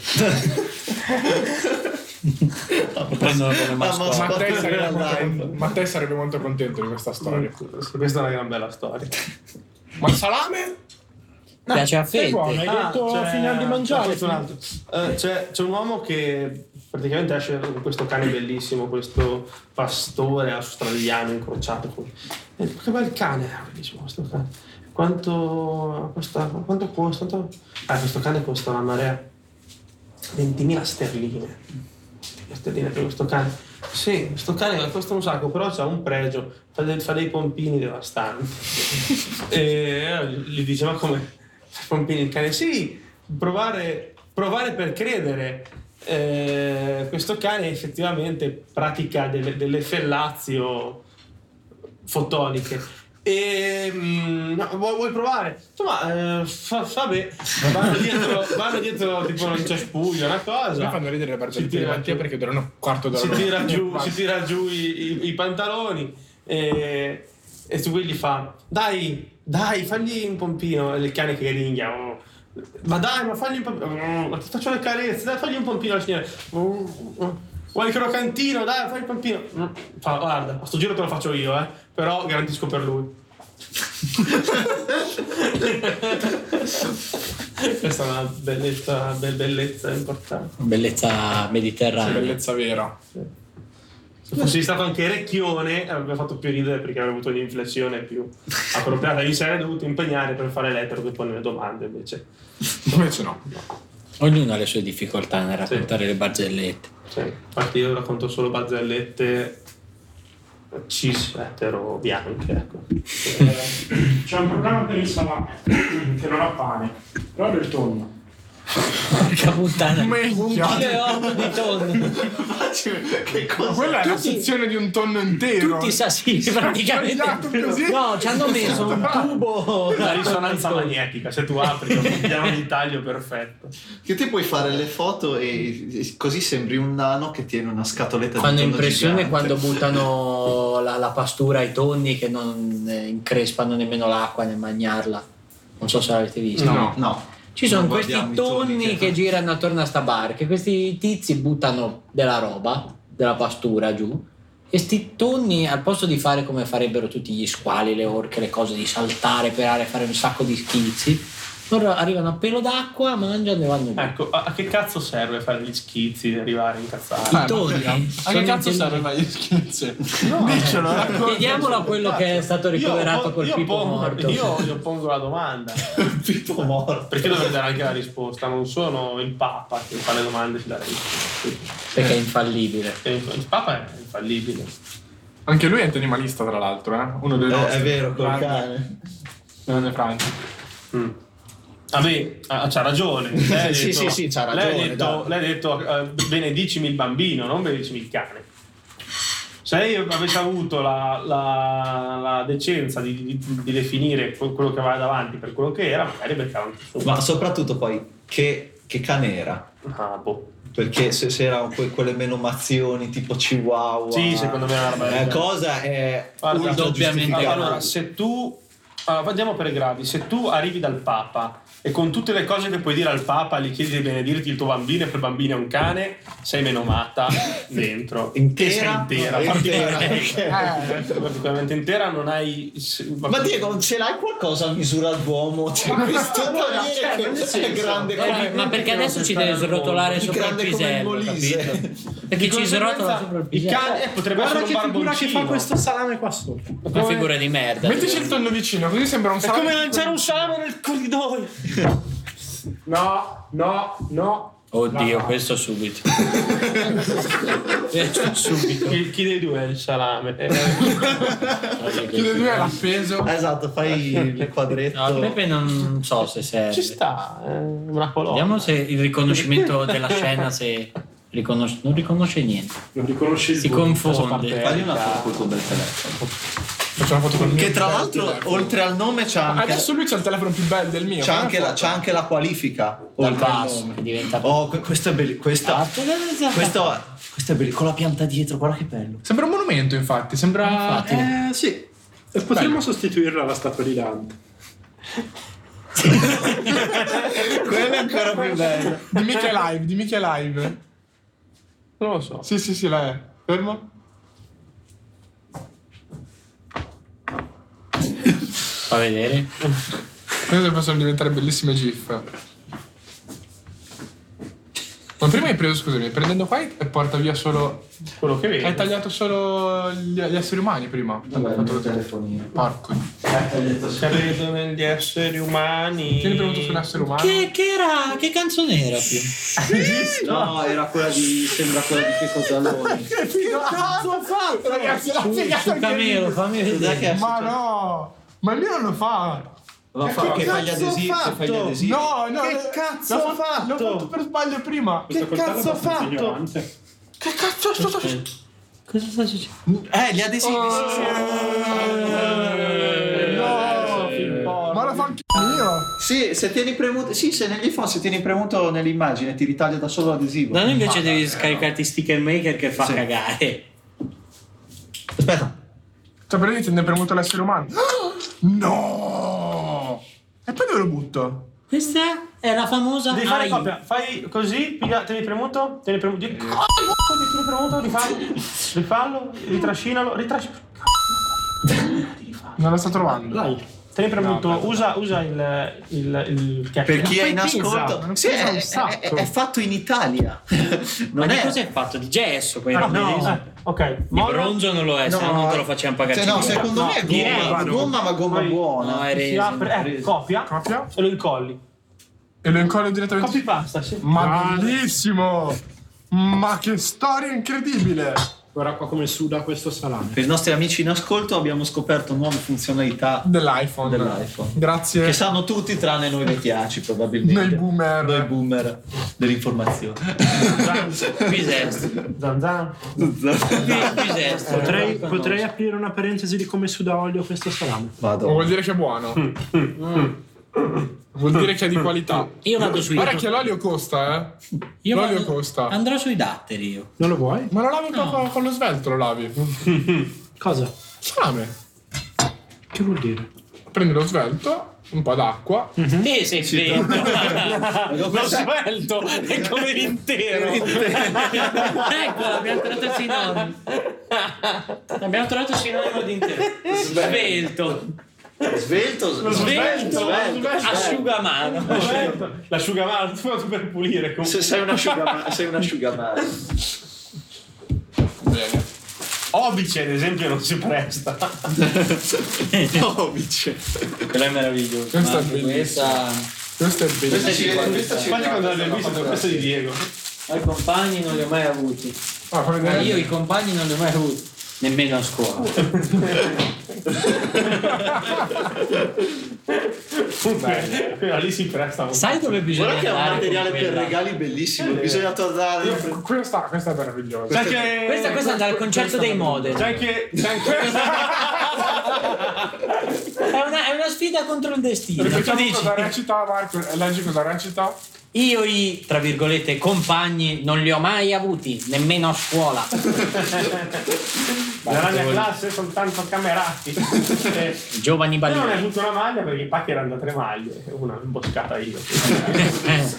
[SPEAKER 4] Prendono come mascotte.
[SPEAKER 6] Mattei sarebbe, molto, Mattei sarebbe molto contento di questa storia.
[SPEAKER 3] Questa è una gran bella storia.
[SPEAKER 6] Ma il salame?
[SPEAKER 4] Piace a
[SPEAKER 8] Sei buono, hai
[SPEAKER 4] fette.
[SPEAKER 8] detto
[SPEAKER 3] Ah, c'è-
[SPEAKER 8] finiamo di
[SPEAKER 3] ho
[SPEAKER 8] mangiare.
[SPEAKER 3] fatto un altro. Eh, c'è, c'è un uomo che praticamente esce con questo cane bellissimo, questo pastore australiano incrociato. con- E dico, che bel cane, era bellissimo questo cane. Quanto costa? Quanto costa? Quanto- Ah, questo cane costa una marea. 20.000 sterline. 20.000 sterline per questo cane. Sì, questo cane costa un sacco, però c'ha un pregio, fa dei, fa dei pompini devastanti. e allora gli dice, ma come? Pompini il cane? Sì, provare, provare per credere. Eh, questo cane effettivamente pratica delle, delle fellazio fotoniche. E mm, no, vuoi, vuoi provare? Insomma, eh, fa- vabbè, vanno dietro, vanno dietro tipo un cespuglio, una cosa.
[SPEAKER 6] Mi fanno ridere le
[SPEAKER 3] Si
[SPEAKER 6] barzellette di
[SPEAKER 3] tira
[SPEAKER 6] Mattia
[SPEAKER 3] giù.
[SPEAKER 6] perché durano un quarto d'ora.
[SPEAKER 3] Si tira giù,
[SPEAKER 6] Basta.
[SPEAKER 3] si tira giù i, i- i pantaloni e, e su quelli fa: Dai, dai, fagli un pompino. E il cane che ringhia. "Oh, Ma dai, ma fagli un pompino. "Oh, Ma ti faccio le carezze, dai, fagli un pompino al signore. "Oh, oh, Vuoi il crocantino? Dai, fagli il pompino. "Mm." Fa, guarda, a sto giro te lo faccio io, eh. Però garantisco per lui. [laughs] Questa è una bellezza, una bel- bellezza importante.
[SPEAKER 4] Bellezza mediterranea.
[SPEAKER 6] Bellezza vera.
[SPEAKER 3] Se fossi stato anche Recchione avrebbe fatto più ridere perché avrebbe avuto un'inflessione più appropriata. Mi sarei dovuto impegnare per fare l'etero che pone le domande invece.
[SPEAKER 6] Invece no.
[SPEAKER 4] Ognuno ha le sue difficoltà nel raccontare le barzellette.
[SPEAKER 3] Cioè, infatti io racconto solo barzellette cis etero bianche. Ecco.
[SPEAKER 9] C'è un programma per il salame, che non ha pane, però del tonno.
[SPEAKER 4] Porca puttana.
[SPEAKER 6] Minchia.
[SPEAKER 4] Che uomo di tonno.
[SPEAKER 3] [laughs]
[SPEAKER 5] che cosa?
[SPEAKER 6] Quella è la
[SPEAKER 4] Tutti-
[SPEAKER 6] sezione di un tonno intero.
[SPEAKER 4] Tutti i
[SPEAKER 3] [laughs]
[SPEAKER 4] sassi
[SPEAKER 6] tagliato
[SPEAKER 4] praticamente.
[SPEAKER 6] così.
[SPEAKER 4] No, ci hanno messo un tubo.
[SPEAKER 3] La
[SPEAKER 4] [laughs]
[SPEAKER 3] risonanza magnetica, se tu apri, abbiamo il taglio perfetto.
[SPEAKER 5] Che te puoi fare le foto e e così sembri un nano che tiene una scatoletta
[SPEAKER 4] Fanno
[SPEAKER 5] di tonno
[SPEAKER 4] impressione
[SPEAKER 5] gigante.
[SPEAKER 4] quando buttano la, la pastura ai tonni che non eh, increspano nemmeno l'acqua nel magnarla. Non so se l'avete visto.
[SPEAKER 6] No.
[SPEAKER 5] No.
[SPEAKER 4] Ci sono
[SPEAKER 5] Non
[SPEAKER 4] questi
[SPEAKER 5] guardiamo i
[SPEAKER 4] tonni che... girano attorno a sta barca, questi tizi buttano della roba, della pastura giù. E sti tonni, al posto di fare come farebbero tutti gli squali, le orche, le cose di saltare per aria, fare un sacco di schizzi, loro arrivano a pelo d'acqua, mangiano e vanno via.
[SPEAKER 3] Ecco, a a che cazzo serve fare gli schizzi, arrivare a incazzare?
[SPEAKER 4] I tonni. sono intelligenti.
[SPEAKER 6] gli schizzi?
[SPEAKER 3] Diccelo, racconta.
[SPEAKER 4] Chiediamolo a quello che è stato ricoverato
[SPEAKER 3] Io-
[SPEAKER 4] col
[SPEAKER 3] io
[SPEAKER 4] pipo
[SPEAKER 3] pongo-
[SPEAKER 4] morto.
[SPEAKER 3] Io io pongo
[SPEAKER 5] [laughs]
[SPEAKER 3] la domanda.
[SPEAKER 5] Pippo morto.
[SPEAKER 3] Perché dovrei dare anche la risposta? Non sono il Papa che fa le domande e ci dà la risposta.
[SPEAKER 4] Perché è infallibile.
[SPEAKER 3] E Il il Papa è infallibile.
[SPEAKER 6] Anche lui è animalista, tra l'altro, eh? Uno dei
[SPEAKER 5] Eh,
[SPEAKER 6] nostri.
[SPEAKER 5] è vero, col
[SPEAKER 6] Grande-
[SPEAKER 5] cane.
[SPEAKER 6] Grande Franci.
[SPEAKER 3] Mm. A me ah,
[SPEAKER 5] [laughs]
[SPEAKER 3] c'ha ragione. Lei ha
[SPEAKER 5] Sì,
[SPEAKER 3] detto-
[SPEAKER 5] sì, sì, c'ha
[SPEAKER 3] Lei
[SPEAKER 5] ragione,
[SPEAKER 3] ha detto,
[SPEAKER 5] dai.
[SPEAKER 3] lei ha detto, eh, benedicimi il bambino, non benedicimi il cane. Se io avessi avuto la, la- la decenza di, di- di definire que- quello che aveva davanti per quello che era, magari beccava anche su.
[SPEAKER 5] Ma soprattutto poi, che, che cane era?
[SPEAKER 3] Ah, boh.
[SPEAKER 5] Perché se, se erano que- quelle menomazioni tipo Chihuahua...
[SPEAKER 3] Sì, secondo me era una roba del
[SPEAKER 5] La
[SPEAKER 3] genere.
[SPEAKER 5] cosa è...
[SPEAKER 3] Guarda,
[SPEAKER 5] ultra
[SPEAKER 4] indubbiamente.
[SPEAKER 5] giustificata.
[SPEAKER 3] Allora, se tu allora, andiamo per i gravi, se tu arrivi dal Papa e con tutte le cose che puoi dire al Papa gli chiedi di benedirti il tuo bambino e quel bambino è un cane, sei menomata dentro.
[SPEAKER 5] Intera?
[SPEAKER 3] Che sei intera,
[SPEAKER 5] Intera,
[SPEAKER 3] particolarmente, [laughs]
[SPEAKER 5] ok.
[SPEAKER 3] Eh, particolarmente intera, non hai.
[SPEAKER 5] Ma Diego, non ce l'hai qualcosa a misura d'uomo? Cioè, questo
[SPEAKER 3] cioè,
[SPEAKER 5] cavaliere
[SPEAKER 3] nel
[SPEAKER 5] che è
[SPEAKER 3] senso.
[SPEAKER 5] grande
[SPEAKER 3] Eh,
[SPEAKER 5] come...
[SPEAKER 4] ma perché
[SPEAKER 3] non
[SPEAKER 4] adesso ci
[SPEAKER 3] puoi
[SPEAKER 4] deve
[SPEAKER 3] stare al
[SPEAKER 4] srotolare
[SPEAKER 5] mondo.
[SPEAKER 4] sopra il
[SPEAKER 5] Grande come il
[SPEAKER 4] pisello?
[SPEAKER 5] Molise.
[SPEAKER 4] capito? Perché ci srotola sopra il
[SPEAKER 3] I
[SPEAKER 4] pisello.
[SPEAKER 3] cani eh, potrebbe
[SPEAKER 9] Guarda
[SPEAKER 3] essere
[SPEAKER 9] che
[SPEAKER 3] un
[SPEAKER 9] figura che fa
[SPEAKER 3] barboncino.
[SPEAKER 9] questo salame qua sopra.
[SPEAKER 4] Una figura di merda.
[SPEAKER 6] Mettici il tonno vicino, così sembra un salame.
[SPEAKER 3] un salame nel corridoio.
[SPEAKER 9] No, no, no.
[SPEAKER 4] Oddio, questo subito.
[SPEAKER 3] Subito. Chi, chi dei due è il salame? Eh,
[SPEAKER 6] Chi dei due è l'appeso?
[SPEAKER 5] Esatto, fai il quadretto.
[SPEAKER 4] No, Pepe non so se serve.
[SPEAKER 3] ci sta, è una colonna.
[SPEAKER 4] Vediamo se il riconoscimento della scena se riconosce- non riconosce niente.
[SPEAKER 9] Non riconosce il
[SPEAKER 4] Si
[SPEAKER 9] buco.
[SPEAKER 4] confonde.
[SPEAKER 5] Fagli una foto col bel telefono.
[SPEAKER 6] Facciamo una foto con
[SPEAKER 5] Che tra l'altro, oltre al nome, c'ha anche,
[SPEAKER 6] Adesso lui c'ha il telefono più bello del mio.
[SPEAKER 5] c'ha anche la, c'ha anche la qualifica.
[SPEAKER 4] Dal
[SPEAKER 5] oltre al
[SPEAKER 4] basso
[SPEAKER 5] nome.
[SPEAKER 4] che diventa
[SPEAKER 5] Oh, que- questa è bellissima.
[SPEAKER 4] Ah.
[SPEAKER 5] Questa,
[SPEAKER 4] questo
[SPEAKER 5] questa, questa è bellissima. Con la pianta dietro, guarda che bello.
[SPEAKER 6] Sembra un monumento, infatti. Sembra.
[SPEAKER 4] Infatti.
[SPEAKER 9] Eh, sì. E potremmo sostituirla alla statua di Dante.
[SPEAKER 5] [laughs] Quella è ancora più bella.
[SPEAKER 6] Di Mica Live, di Mica Live.
[SPEAKER 3] Non lo so.
[SPEAKER 6] Sì, sì, sì, la è. Fermo.
[SPEAKER 4] fa vedere.
[SPEAKER 6] Queste possono diventare bellissime GIF. Ma prima hai preso, scusami, prendendo qua e porta via solo.
[SPEAKER 3] Quello che vedi.
[SPEAKER 6] Hai tagliato solo gli, gli esseri umani prima. Vabbè, fatto telefonino. Porco.
[SPEAKER 3] Credo gli esseri umani.
[SPEAKER 6] Tieni premuto su un essere umano.
[SPEAKER 4] Che, che era? Che canzone era più?
[SPEAKER 5] No, era quella di. Sembra quella di Checo Zaloni.
[SPEAKER 6] Ragazzi, la
[SPEAKER 4] Su, su Camelo, fammi vedere.
[SPEAKER 5] che è?
[SPEAKER 6] Ma no! Ma il mio non lo fa!
[SPEAKER 5] Ma fa che fai gli
[SPEAKER 6] cazzo ho
[SPEAKER 5] adesivi. Che fai gli
[SPEAKER 6] fatto?
[SPEAKER 5] adesivi.
[SPEAKER 6] No, no! Che cazzo ho fatto? L'ho fatto per sbaglio prima! Che cazzo ho fatto? Che cazzo ho fatto?
[SPEAKER 4] Cosa sta succedendo?
[SPEAKER 5] Eh, gli adesivi. sì, Eh,
[SPEAKER 6] No! Ma lo fa anche io!
[SPEAKER 5] Sì, Sì, se tieni premuto. Sì, se negli iPhone, se tieni premuto nell'immagine, ti ritaglia da solo l'adesivo.
[SPEAKER 4] Da noi invece devi scaricarti sticker maker che fa cagare.
[SPEAKER 5] Aspetta.
[SPEAKER 6] Cioè, per dire, ne è premuto l'essere umano. No! E poi dove lo butto?
[SPEAKER 4] Questa è la famosa
[SPEAKER 3] Devi fare
[SPEAKER 4] AI.
[SPEAKER 3] copia. Fai così, piglia, tieni premuto, tieni premuto.
[SPEAKER 9] Eh.
[SPEAKER 3] Di... Ah, cazzo, di- tieni premuto, rifallo, rifallo, ritrascinalo, ritrascinalo.
[SPEAKER 6] Non la sto trovando.
[SPEAKER 3] Dai. Tieni premuto, usa, usa il, il, il
[SPEAKER 5] Per chi è
[SPEAKER 3] Ma
[SPEAKER 5] in
[SPEAKER 3] poi pesa,
[SPEAKER 5] ascolto,
[SPEAKER 6] non
[SPEAKER 5] sì, eh,
[SPEAKER 6] pesa un
[SPEAKER 5] è, è-
[SPEAKER 6] sacco.
[SPEAKER 5] è fatto in Italia.
[SPEAKER 4] Ma
[SPEAKER 5] non
[SPEAKER 4] di
[SPEAKER 5] è.
[SPEAKER 4] cos'è fatto? Di gesso quello?
[SPEAKER 3] Ah,
[SPEAKER 4] di-
[SPEAKER 3] no. eh, Ok,
[SPEAKER 4] Di
[SPEAKER 3] Molla.
[SPEAKER 4] bronzo non lo è, se no non te lo facciamo pagare.
[SPEAKER 5] Cioè, no,
[SPEAKER 4] cinque.
[SPEAKER 5] secondo me è
[SPEAKER 3] di
[SPEAKER 5] gomma,
[SPEAKER 3] Reebok.
[SPEAKER 5] gomma, ma gomma
[SPEAKER 3] Poi-
[SPEAKER 5] buona.
[SPEAKER 4] No, è
[SPEAKER 3] Si
[SPEAKER 4] reso.
[SPEAKER 3] apre, eh, copia,
[SPEAKER 6] Copia.
[SPEAKER 3] e lo incolli.
[SPEAKER 6] E lo incollo direttamente.
[SPEAKER 3] Copy pasta, sì.
[SPEAKER 6] Ma bellissimo! Ma che storia incredibile!
[SPEAKER 9] Guarda qua come suda questo salame.
[SPEAKER 5] Per i nostri amici in ascolto abbiamo scoperto nuove funzionalità
[SPEAKER 6] Dell'iPhone.
[SPEAKER 5] dell'iPhone.
[SPEAKER 6] Grazie.
[SPEAKER 5] Che sanno tutti tranne noi vecchiaci, probabilmente.
[SPEAKER 6] Noi boomer.
[SPEAKER 5] Noi boomer dell'informazione.
[SPEAKER 4] Bisestro.
[SPEAKER 3] Zan zan.
[SPEAKER 4] Bisestro.
[SPEAKER 9] Potrei, potrei aprire una parentesi di come suda olio questo salame.
[SPEAKER 6] Vuol
[SPEAKER 5] Vado.
[SPEAKER 6] dire che
[SPEAKER 5] [laughs]
[SPEAKER 6] è buono. Vuol dire che è di qualità.
[SPEAKER 4] Io vado sui
[SPEAKER 6] Guarda che l'olio costa, eh.
[SPEAKER 4] Io
[SPEAKER 6] l'olio
[SPEAKER 4] vado-
[SPEAKER 6] costa.
[SPEAKER 4] Andrò sui datteri io.
[SPEAKER 9] Non lo vuoi?
[SPEAKER 6] Ma lo lavi proprio con lo svelto, lo lavi.
[SPEAKER 9] Cosa?
[SPEAKER 6] Salame.
[SPEAKER 9] Che vuol dire?
[SPEAKER 6] Prendi lo svelto, un po' d'acqua.
[SPEAKER 4] Te sei sveglio. [laughs] Lo svelto è come l'intero. ecco, abbiamo trovato il sinonimo. Abbiamo trovato il sinonimo di intero. Svelto.
[SPEAKER 5] Svelto, svelto,
[SPEAKER 4] svelto,
[SPEAKER 5] svelto.
[SPEAKER 4] Asciugamano.
[SPEAKER 3] Ah, L'asciugamano, tutto per pulire. comunque.
[SPEAKER 5] Se sei un asciugamano, sei un asciugamano.
[SPEAKER 6] Bene.
[SPEAKER 3] Obice, ad esempio, non si presta.
[SPEAKER 5] Obice.
[SPEAKER 4] Quella è meravigliosa.
[SPEAKER 6] Questa è bellissima.
[SPEAKER 4] Questa
[SPEAKER 6] Questo è bellissimo.
[SPEAKER 3] Infatti, quando l'abbiamo visto, questo è di Diego.
[SPEAKER 4] ai compagni non li ho mai avuti.
[SPEAKER 6] Ah, fammi
[SPEAKER 4] Ma
[SPEAKER 6] vedere.
[SPEAKER 4] io i compagni non li ho mai avuti. Nemmeno a scuola.
[SPEAKER 10] Quella lì si presta molto.
[SPEAKER 4] Sai dove
[SPEAKER 5] Guarda
[SPEAKER 4] bisogna
[SPEAKER 5] che è un
[SPEAKER 4] andare
[SPEAKER 5] materiale
[SPEAKER 4] con
[SPEAKER 5] per
[SPEAKER 4] quella?
[SPEAKER 5] regali bellissimo. Bisogna tornare.
[SPEAKER 3] Io- Questa, questa è meravigliosa.
[SPEAKER 10] Sai che-
[SPEAKER 4] Questa, questa è dal concerto dei model.
[SPEAKER 10] Sai che
[SPEAKER 5] [laughs]
[SPEAKER 10] sai che-
[SPEAKER 4] È una, è una sfida contro il destino. Tu
[SPEAKER 3] Ripetiamo
[SPEAKER 4] dici,
[SPEAKER 3] cosa recita Marco, e leggi cosa recita.
[SPEAKER 4] io i, tra virgolette, compagni non li ho mai avuti, nemmeno a scuola.
[SPEAKER 3] Nella mia classe soltanto
[SPEAKER 5] [laughs]
[SPEAKER 3] camerati. Eh,
[SPEAKER 4] Giovani
[SPEAKER 3] Io non ho
[SPEAKER 4] ballerini.
[SPEAKER 3] avuto una maglia perché i pacchi erano da tre maglie, una imboscata io.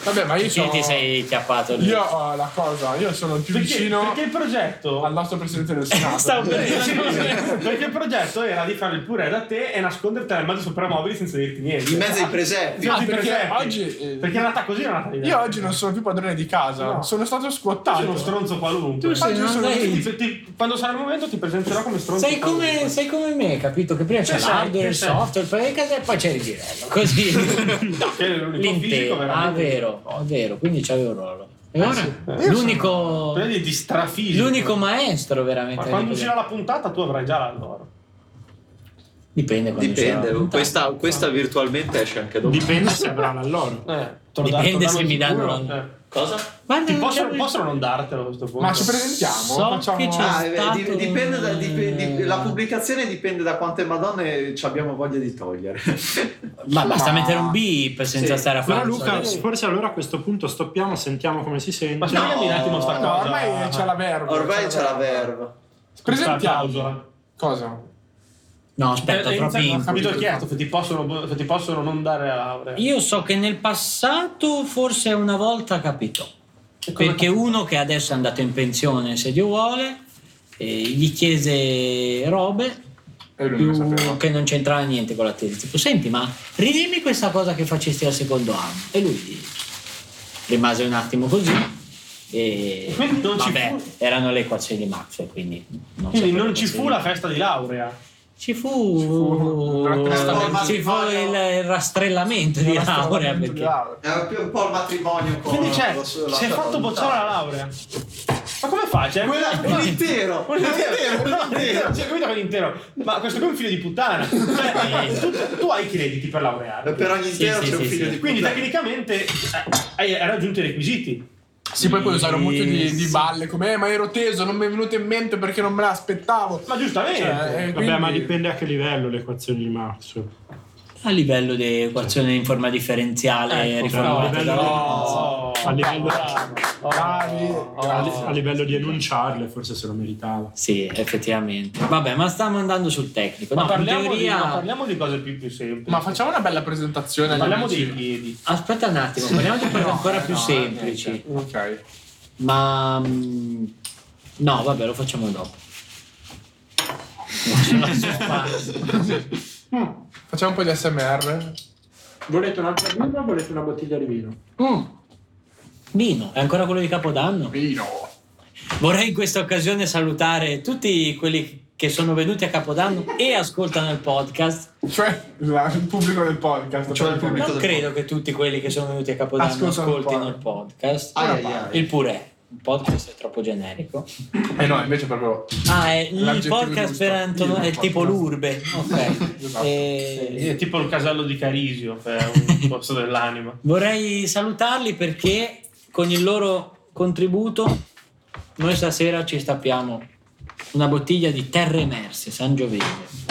[SPEAKER 6] Vabbè, ma io
[SPEAKER 4] Sì,
[SPEAKER 6] sono.
[SPEAKER 4] ti sei chiappato lì.
[SPEAKER 6] Io ho la cosa, io sono il più
[SPEAKER 3] Perché,
[SPEAKER 6] vicino
[SPEAKER 3] perché il progetto
[SPEAKER 6] al nostro presidente del Senato.
[SPEAKER 3] Stavo per dire, sì, sì. perché il progetto era di fare il purè da te e nasconderti nel mezzo supermobili senza dirti niente.
[SPEAKER 5] In mezzo ai
[SPEAKER 3] Ah,
[SPEAKER 5] presepi.
[SPEAKER 3] tutti
[SPEAKER 6] Ah, perché
[SPEAKER 3] presenti.
[SPEAKER 6] oggi, eh,
[SPEAKER 3] Perché è nata così, è nata lì.
[SPEAKER 6] Io oggi non sono più padrone di casa,
[SPEAKER 3] No.
[SPEAKER 6] sono stato
[SPEAKER 3] Oggi uno
[SPEAKER 6] squattato.
[SPEAKER 3] stronzo qualunque.
[SPEAKER 4] Tu sei
[SPEAKER 3] Oggi
[SPEAKER 4] uno
[SPEAKER 3] sono-
[SPEAKER 4] dai.
[SPEAKER 3] ti- ti- quando sarà il momento ti presenterò come stronzo.
[SPEAKER 4] Sei come,
[SPEAKER 3] qualunque.
[SPEAKER 4] sei come me, capito? Che prima c'è
[SPEAKER 3] Che sei?
[SPEAKER 4] l'hardware,
[SPEAKER 3] Che
[SPEAKER 4] il
[SPEAKER 3] sei?
[SPEAKER 4] software, poi il caso e poi c'è il girello. Così.
[SPEAKER 3] Che è l'unico fisico
[SPEAKER 4] L'intero. Ah,
[SPEAKER 3] veramente.
[SPEAKER 4] vero, ah, vero. Quindi c'avevo il ruolo. E ora?
[SPEAKER 3] Io
[SPEAKER 4] L'unico,
[SPEAKER 3] Prendi di strafisico.
[SPEAKER 4] l'unico maestro
[SPEAKER 3] Ma
[SPEAKER 4] veramente.
[SPEAKER 3] quando uscirà la puntata tu avrai già la loro.
[SPEAKER 4] Dipende quando uscirà la
[SPEAKER 5] Dipende,
[SPEAKER 4] puntata.
[SPEAKER 5] questa, questa virtualmente esce anche dopo.
[SPEAKER 3] Dipende se avranno all'oro. Eh, te lo
[SPEAKER 4] Dipende
[SPEAKER 3] te lo
[SPEAKER 4] se mi danno
[SPEAKER 3] sicuro,
[SPEAKER 4] la-
[SPEAKER 3] eh.
[SPEAKER 5] Cosa?
[SPEAKER 4] Guarda,
[SPEAKER 3] Ti
[SPEAKER 4] non
[SPEAKER 3] possono,
[SPEAKER 6] Eh,
[SPEAKER 4] c'avevo-
[SPEAKER 3] possono non dartelo a questo punto. Ma ci presentiamo?
[SPEAKER 4] So
[SPEAKER 3] Facciamo-
[SPEAKER 4] che c'è
[SPEAKER 5] Ah, eh,
[SPEAKER 4] stato
[SPEAKER 5] di- dipende da- dip- di-
[SPEAKER 4] un-
[SPEAKER 5] la pubblicazione dipende da quante madonne ci abbiamo voglia di [laughs] togliere.
[SPEAKER 4] Ma basta mettere un beep senza
[SPEAKER 5] Sì.
[SPEAKER 4] stare a fare.
[SPEAKER 8] Però Luca,
[SPEAKER 4] soldi.
[SPEAKER 8] forse allora a questo punto stoppiamo, sentiamo come si sente.
[SPEAKER 3] Ma spiegami un attimo sta
[SPEAKER 5] No,
[SPEAKER 3] cosa.
[SPEAKER 6] No, ormai c'è la verba.
[SPEAKER 5] Ormai c'è la verba.
[SPEAKER 6] Presentiamo.
[SPEAKER 3] clausola.
[SPEAKER 6] Cosa?
[SPEAKER 4] No, aspetta,
[SPEAKER 3] Eh,
[SPEAKER 4] troppi
[SPEAKER 3] ho
[SPEAKER 4] input.
[SPEAKER 3] capito ho chiesto se ti possono, se ti possono non dare la laurea.
[SPEAKER 4] Io so che nel passato forse una volta capitò. Perché uno che adesso è andato in pensione, se Dio vuole, eh, gli chiese robe
[SPEAKER 6] E lui non lo
[SPEAKER 4] più
[SPEAKER 6] sapeva.
[SPEAKER 4] che non c'entrava niente con la tesi. Tipo, senti, ma ridimmi questa cosa che facesti al secondo anno. E lui rimase un attimo così. E
[SPEAKER 3] Quindi non ci
[SPEAKER 4] vabbè,
[SPEAKER 3] fu-
[SPEAKER 4] erano le equazioni di Maxwell, quindi non,
[SPEAKER 3] Quindi
[SPEAKER 4] sapevo
[SPEAKER 3] non ci
[SPEAKER 4] cosa
[SPEAKER 3] fu la festa di laurea.
[SPEAKER 4] ci fu,
[SPEAKER 6] fu il rastrellamento.
[SPEAKER 4] ci fu il rastrellamento di laurea
[SPEAKER 6] Stavamo dentro di
[SPEAKER 4] perché
[SPEAKER 6] là.
[SPEAKER 5] È più un po' il matrimonio con
[SPEAKER 3] Quindi c'è,
[SPEAKER 5] la- la-
[SPEAKER 3] si è
[SPEAKER 5] la-
[SPEAKER 3] fatto
[SPEAKER 5] la-
[SPEAKER 3] bocciare la laurea. Ma come fai? Cioè,
[SPEAKER 5] Quella-
[SPEAKER 3] quella-
[SPEAKER 5] un intero, un intero, un intero.
[SPEAKER 3] [laughs] Cioè, capito che l'intero? Ma questo qui è un figlio di puttana.
[SPEAKER 6] [laughs] Eh.
[SPEAKER 3] Cioè, tu, tu hai i crediti per laureare.
[SPEAKER 5] Per ogni intero
[SPEAKER 4] Sì,
[SPEAKER 5] c'è
[SPEAKER 4] sì,
[SPEAKER 5] un
[SPEAKER 4] sì,
[SPEAKER 5] figlio
[SPEAKER 4] sì.
[SPEAKER 5] di
[SPEAKER 3] Quindi
[SPEAKER 5] puttana.
[SPEAKER 3] tecnicamente eh, hai, hai raggiunto i requisiti.
[SPEAKER 6] Sì, poi puoi usare un mucchio di, di
[SPEAKER 4] Sì.
[SPEAKER 6] balle come eh, ma ero teso, non mi è venuto in mente perché non me l'aspettavo.
[SPEAKER 3] Ma giustamente.
[SPEAKER 6] Cioè, eh,
[SPEAKER 8] Vabbè, ma
[SPEAKER 6] quindi-
[SPEAKER 8] dipende a che livello le equazioni di Maxwell.
[SPEAKER 4] a livello di equazione in forma differenziale
[SPEAKER 8] Ecco,
[SPEAKER 4] riformulata
[SPEAKER 8] a livello-
[SPEAKER 4] da-
[SPEAKER 3] Oh,
[SPEAKER 8] A livello-
[SPEAKER 6] Bravi.
[SPEAKER 8] A, li- a livello di enunciarle forse se lo meritava.
[SPEAKER 4] Sì, effettivamente. Vabbè, ma stiamo andando sul tecnico.
[SPEAKER 3] Ma
[SPEAKER 4] No, in
[SPEAKER 3] parliamo,
[SPEAKER 4] teoria...
[SPEAKER 3] di, ma parliamo di cose più, più semplici.
[SPEAKER 6] Ma facciamo una bella presentazione. agli
[SPEAKER 3] Parliamo
[SPEAKER 6] amici.
[SPEAKER 3] dei piedi.
[SPEAKER 4] Aspetta un attimo, parliamo di cose ancora
[SPEAKER 6] eh,
[SPEAKER 4] più semplici.
[SPEAKER 6] certo. cioè, Ok.
[SPEAKER 4] Ma... mm, No, vabbè, lo facciamo dopo.
[SPEAKER 6] Facciamo un po' di SMR.
[SPEAKER 8] Volete un'altra birra o volete una bottiglia di vino?
[SPEAKER 6] Mm.
[SPEAKER 4] Vino, è ancora quello di Capodanno?
[SPEAKER 6] Vino.
[SPEAKER 4] Vorrei in questa occasione salutare tutti quelli che sono venuti a Capodanno e ascoltano il podcast.
[SPEAKER 6] Cioè, la- il pubblico del podcast.
[SPEAKER 5] Cioè, il pubblico.
[SPEAKER 4] Non credo che tutti quelli che sono venuti a Capodanno
[SPEAKER 6] Ascoltano il Ah,
[SPEAKER 4] ascoltino il podcast.
[SPEAKER 5] Ai, ai, ai.
[SPEAKER 4] Il purè. Il podcast è troppo generico.
[SPEAKER 6] Eh no, invece proprio...
[SPEAKER 4] Ah, è il
[SPEAKER 6] L'aggettivo
[SPEAKER 4] podcast
[SPEAKER 6] giusto.
[SPEAKER 4] per Antonio è
[SPEAKER 6] Il
[SPEAKER 4] tipo
[SPEAKER 6] podcast.
[SPEAKER 4] l'urbe. Ok.
[SPEAKER 6] [laughs] Esatto.
[SPEAKER 4] Eh,
[SPEAKER 3] È tipo il casello di Carisio, che è
[SPEAKER 4] [laughs]
[SPEAKER 3] un posto dell'anima.
[SPEAKER 4] Vorrei salutarli perché con il loro contributo noi stasera ci stappiamo una bottiglia di terre emerse Sangiovese.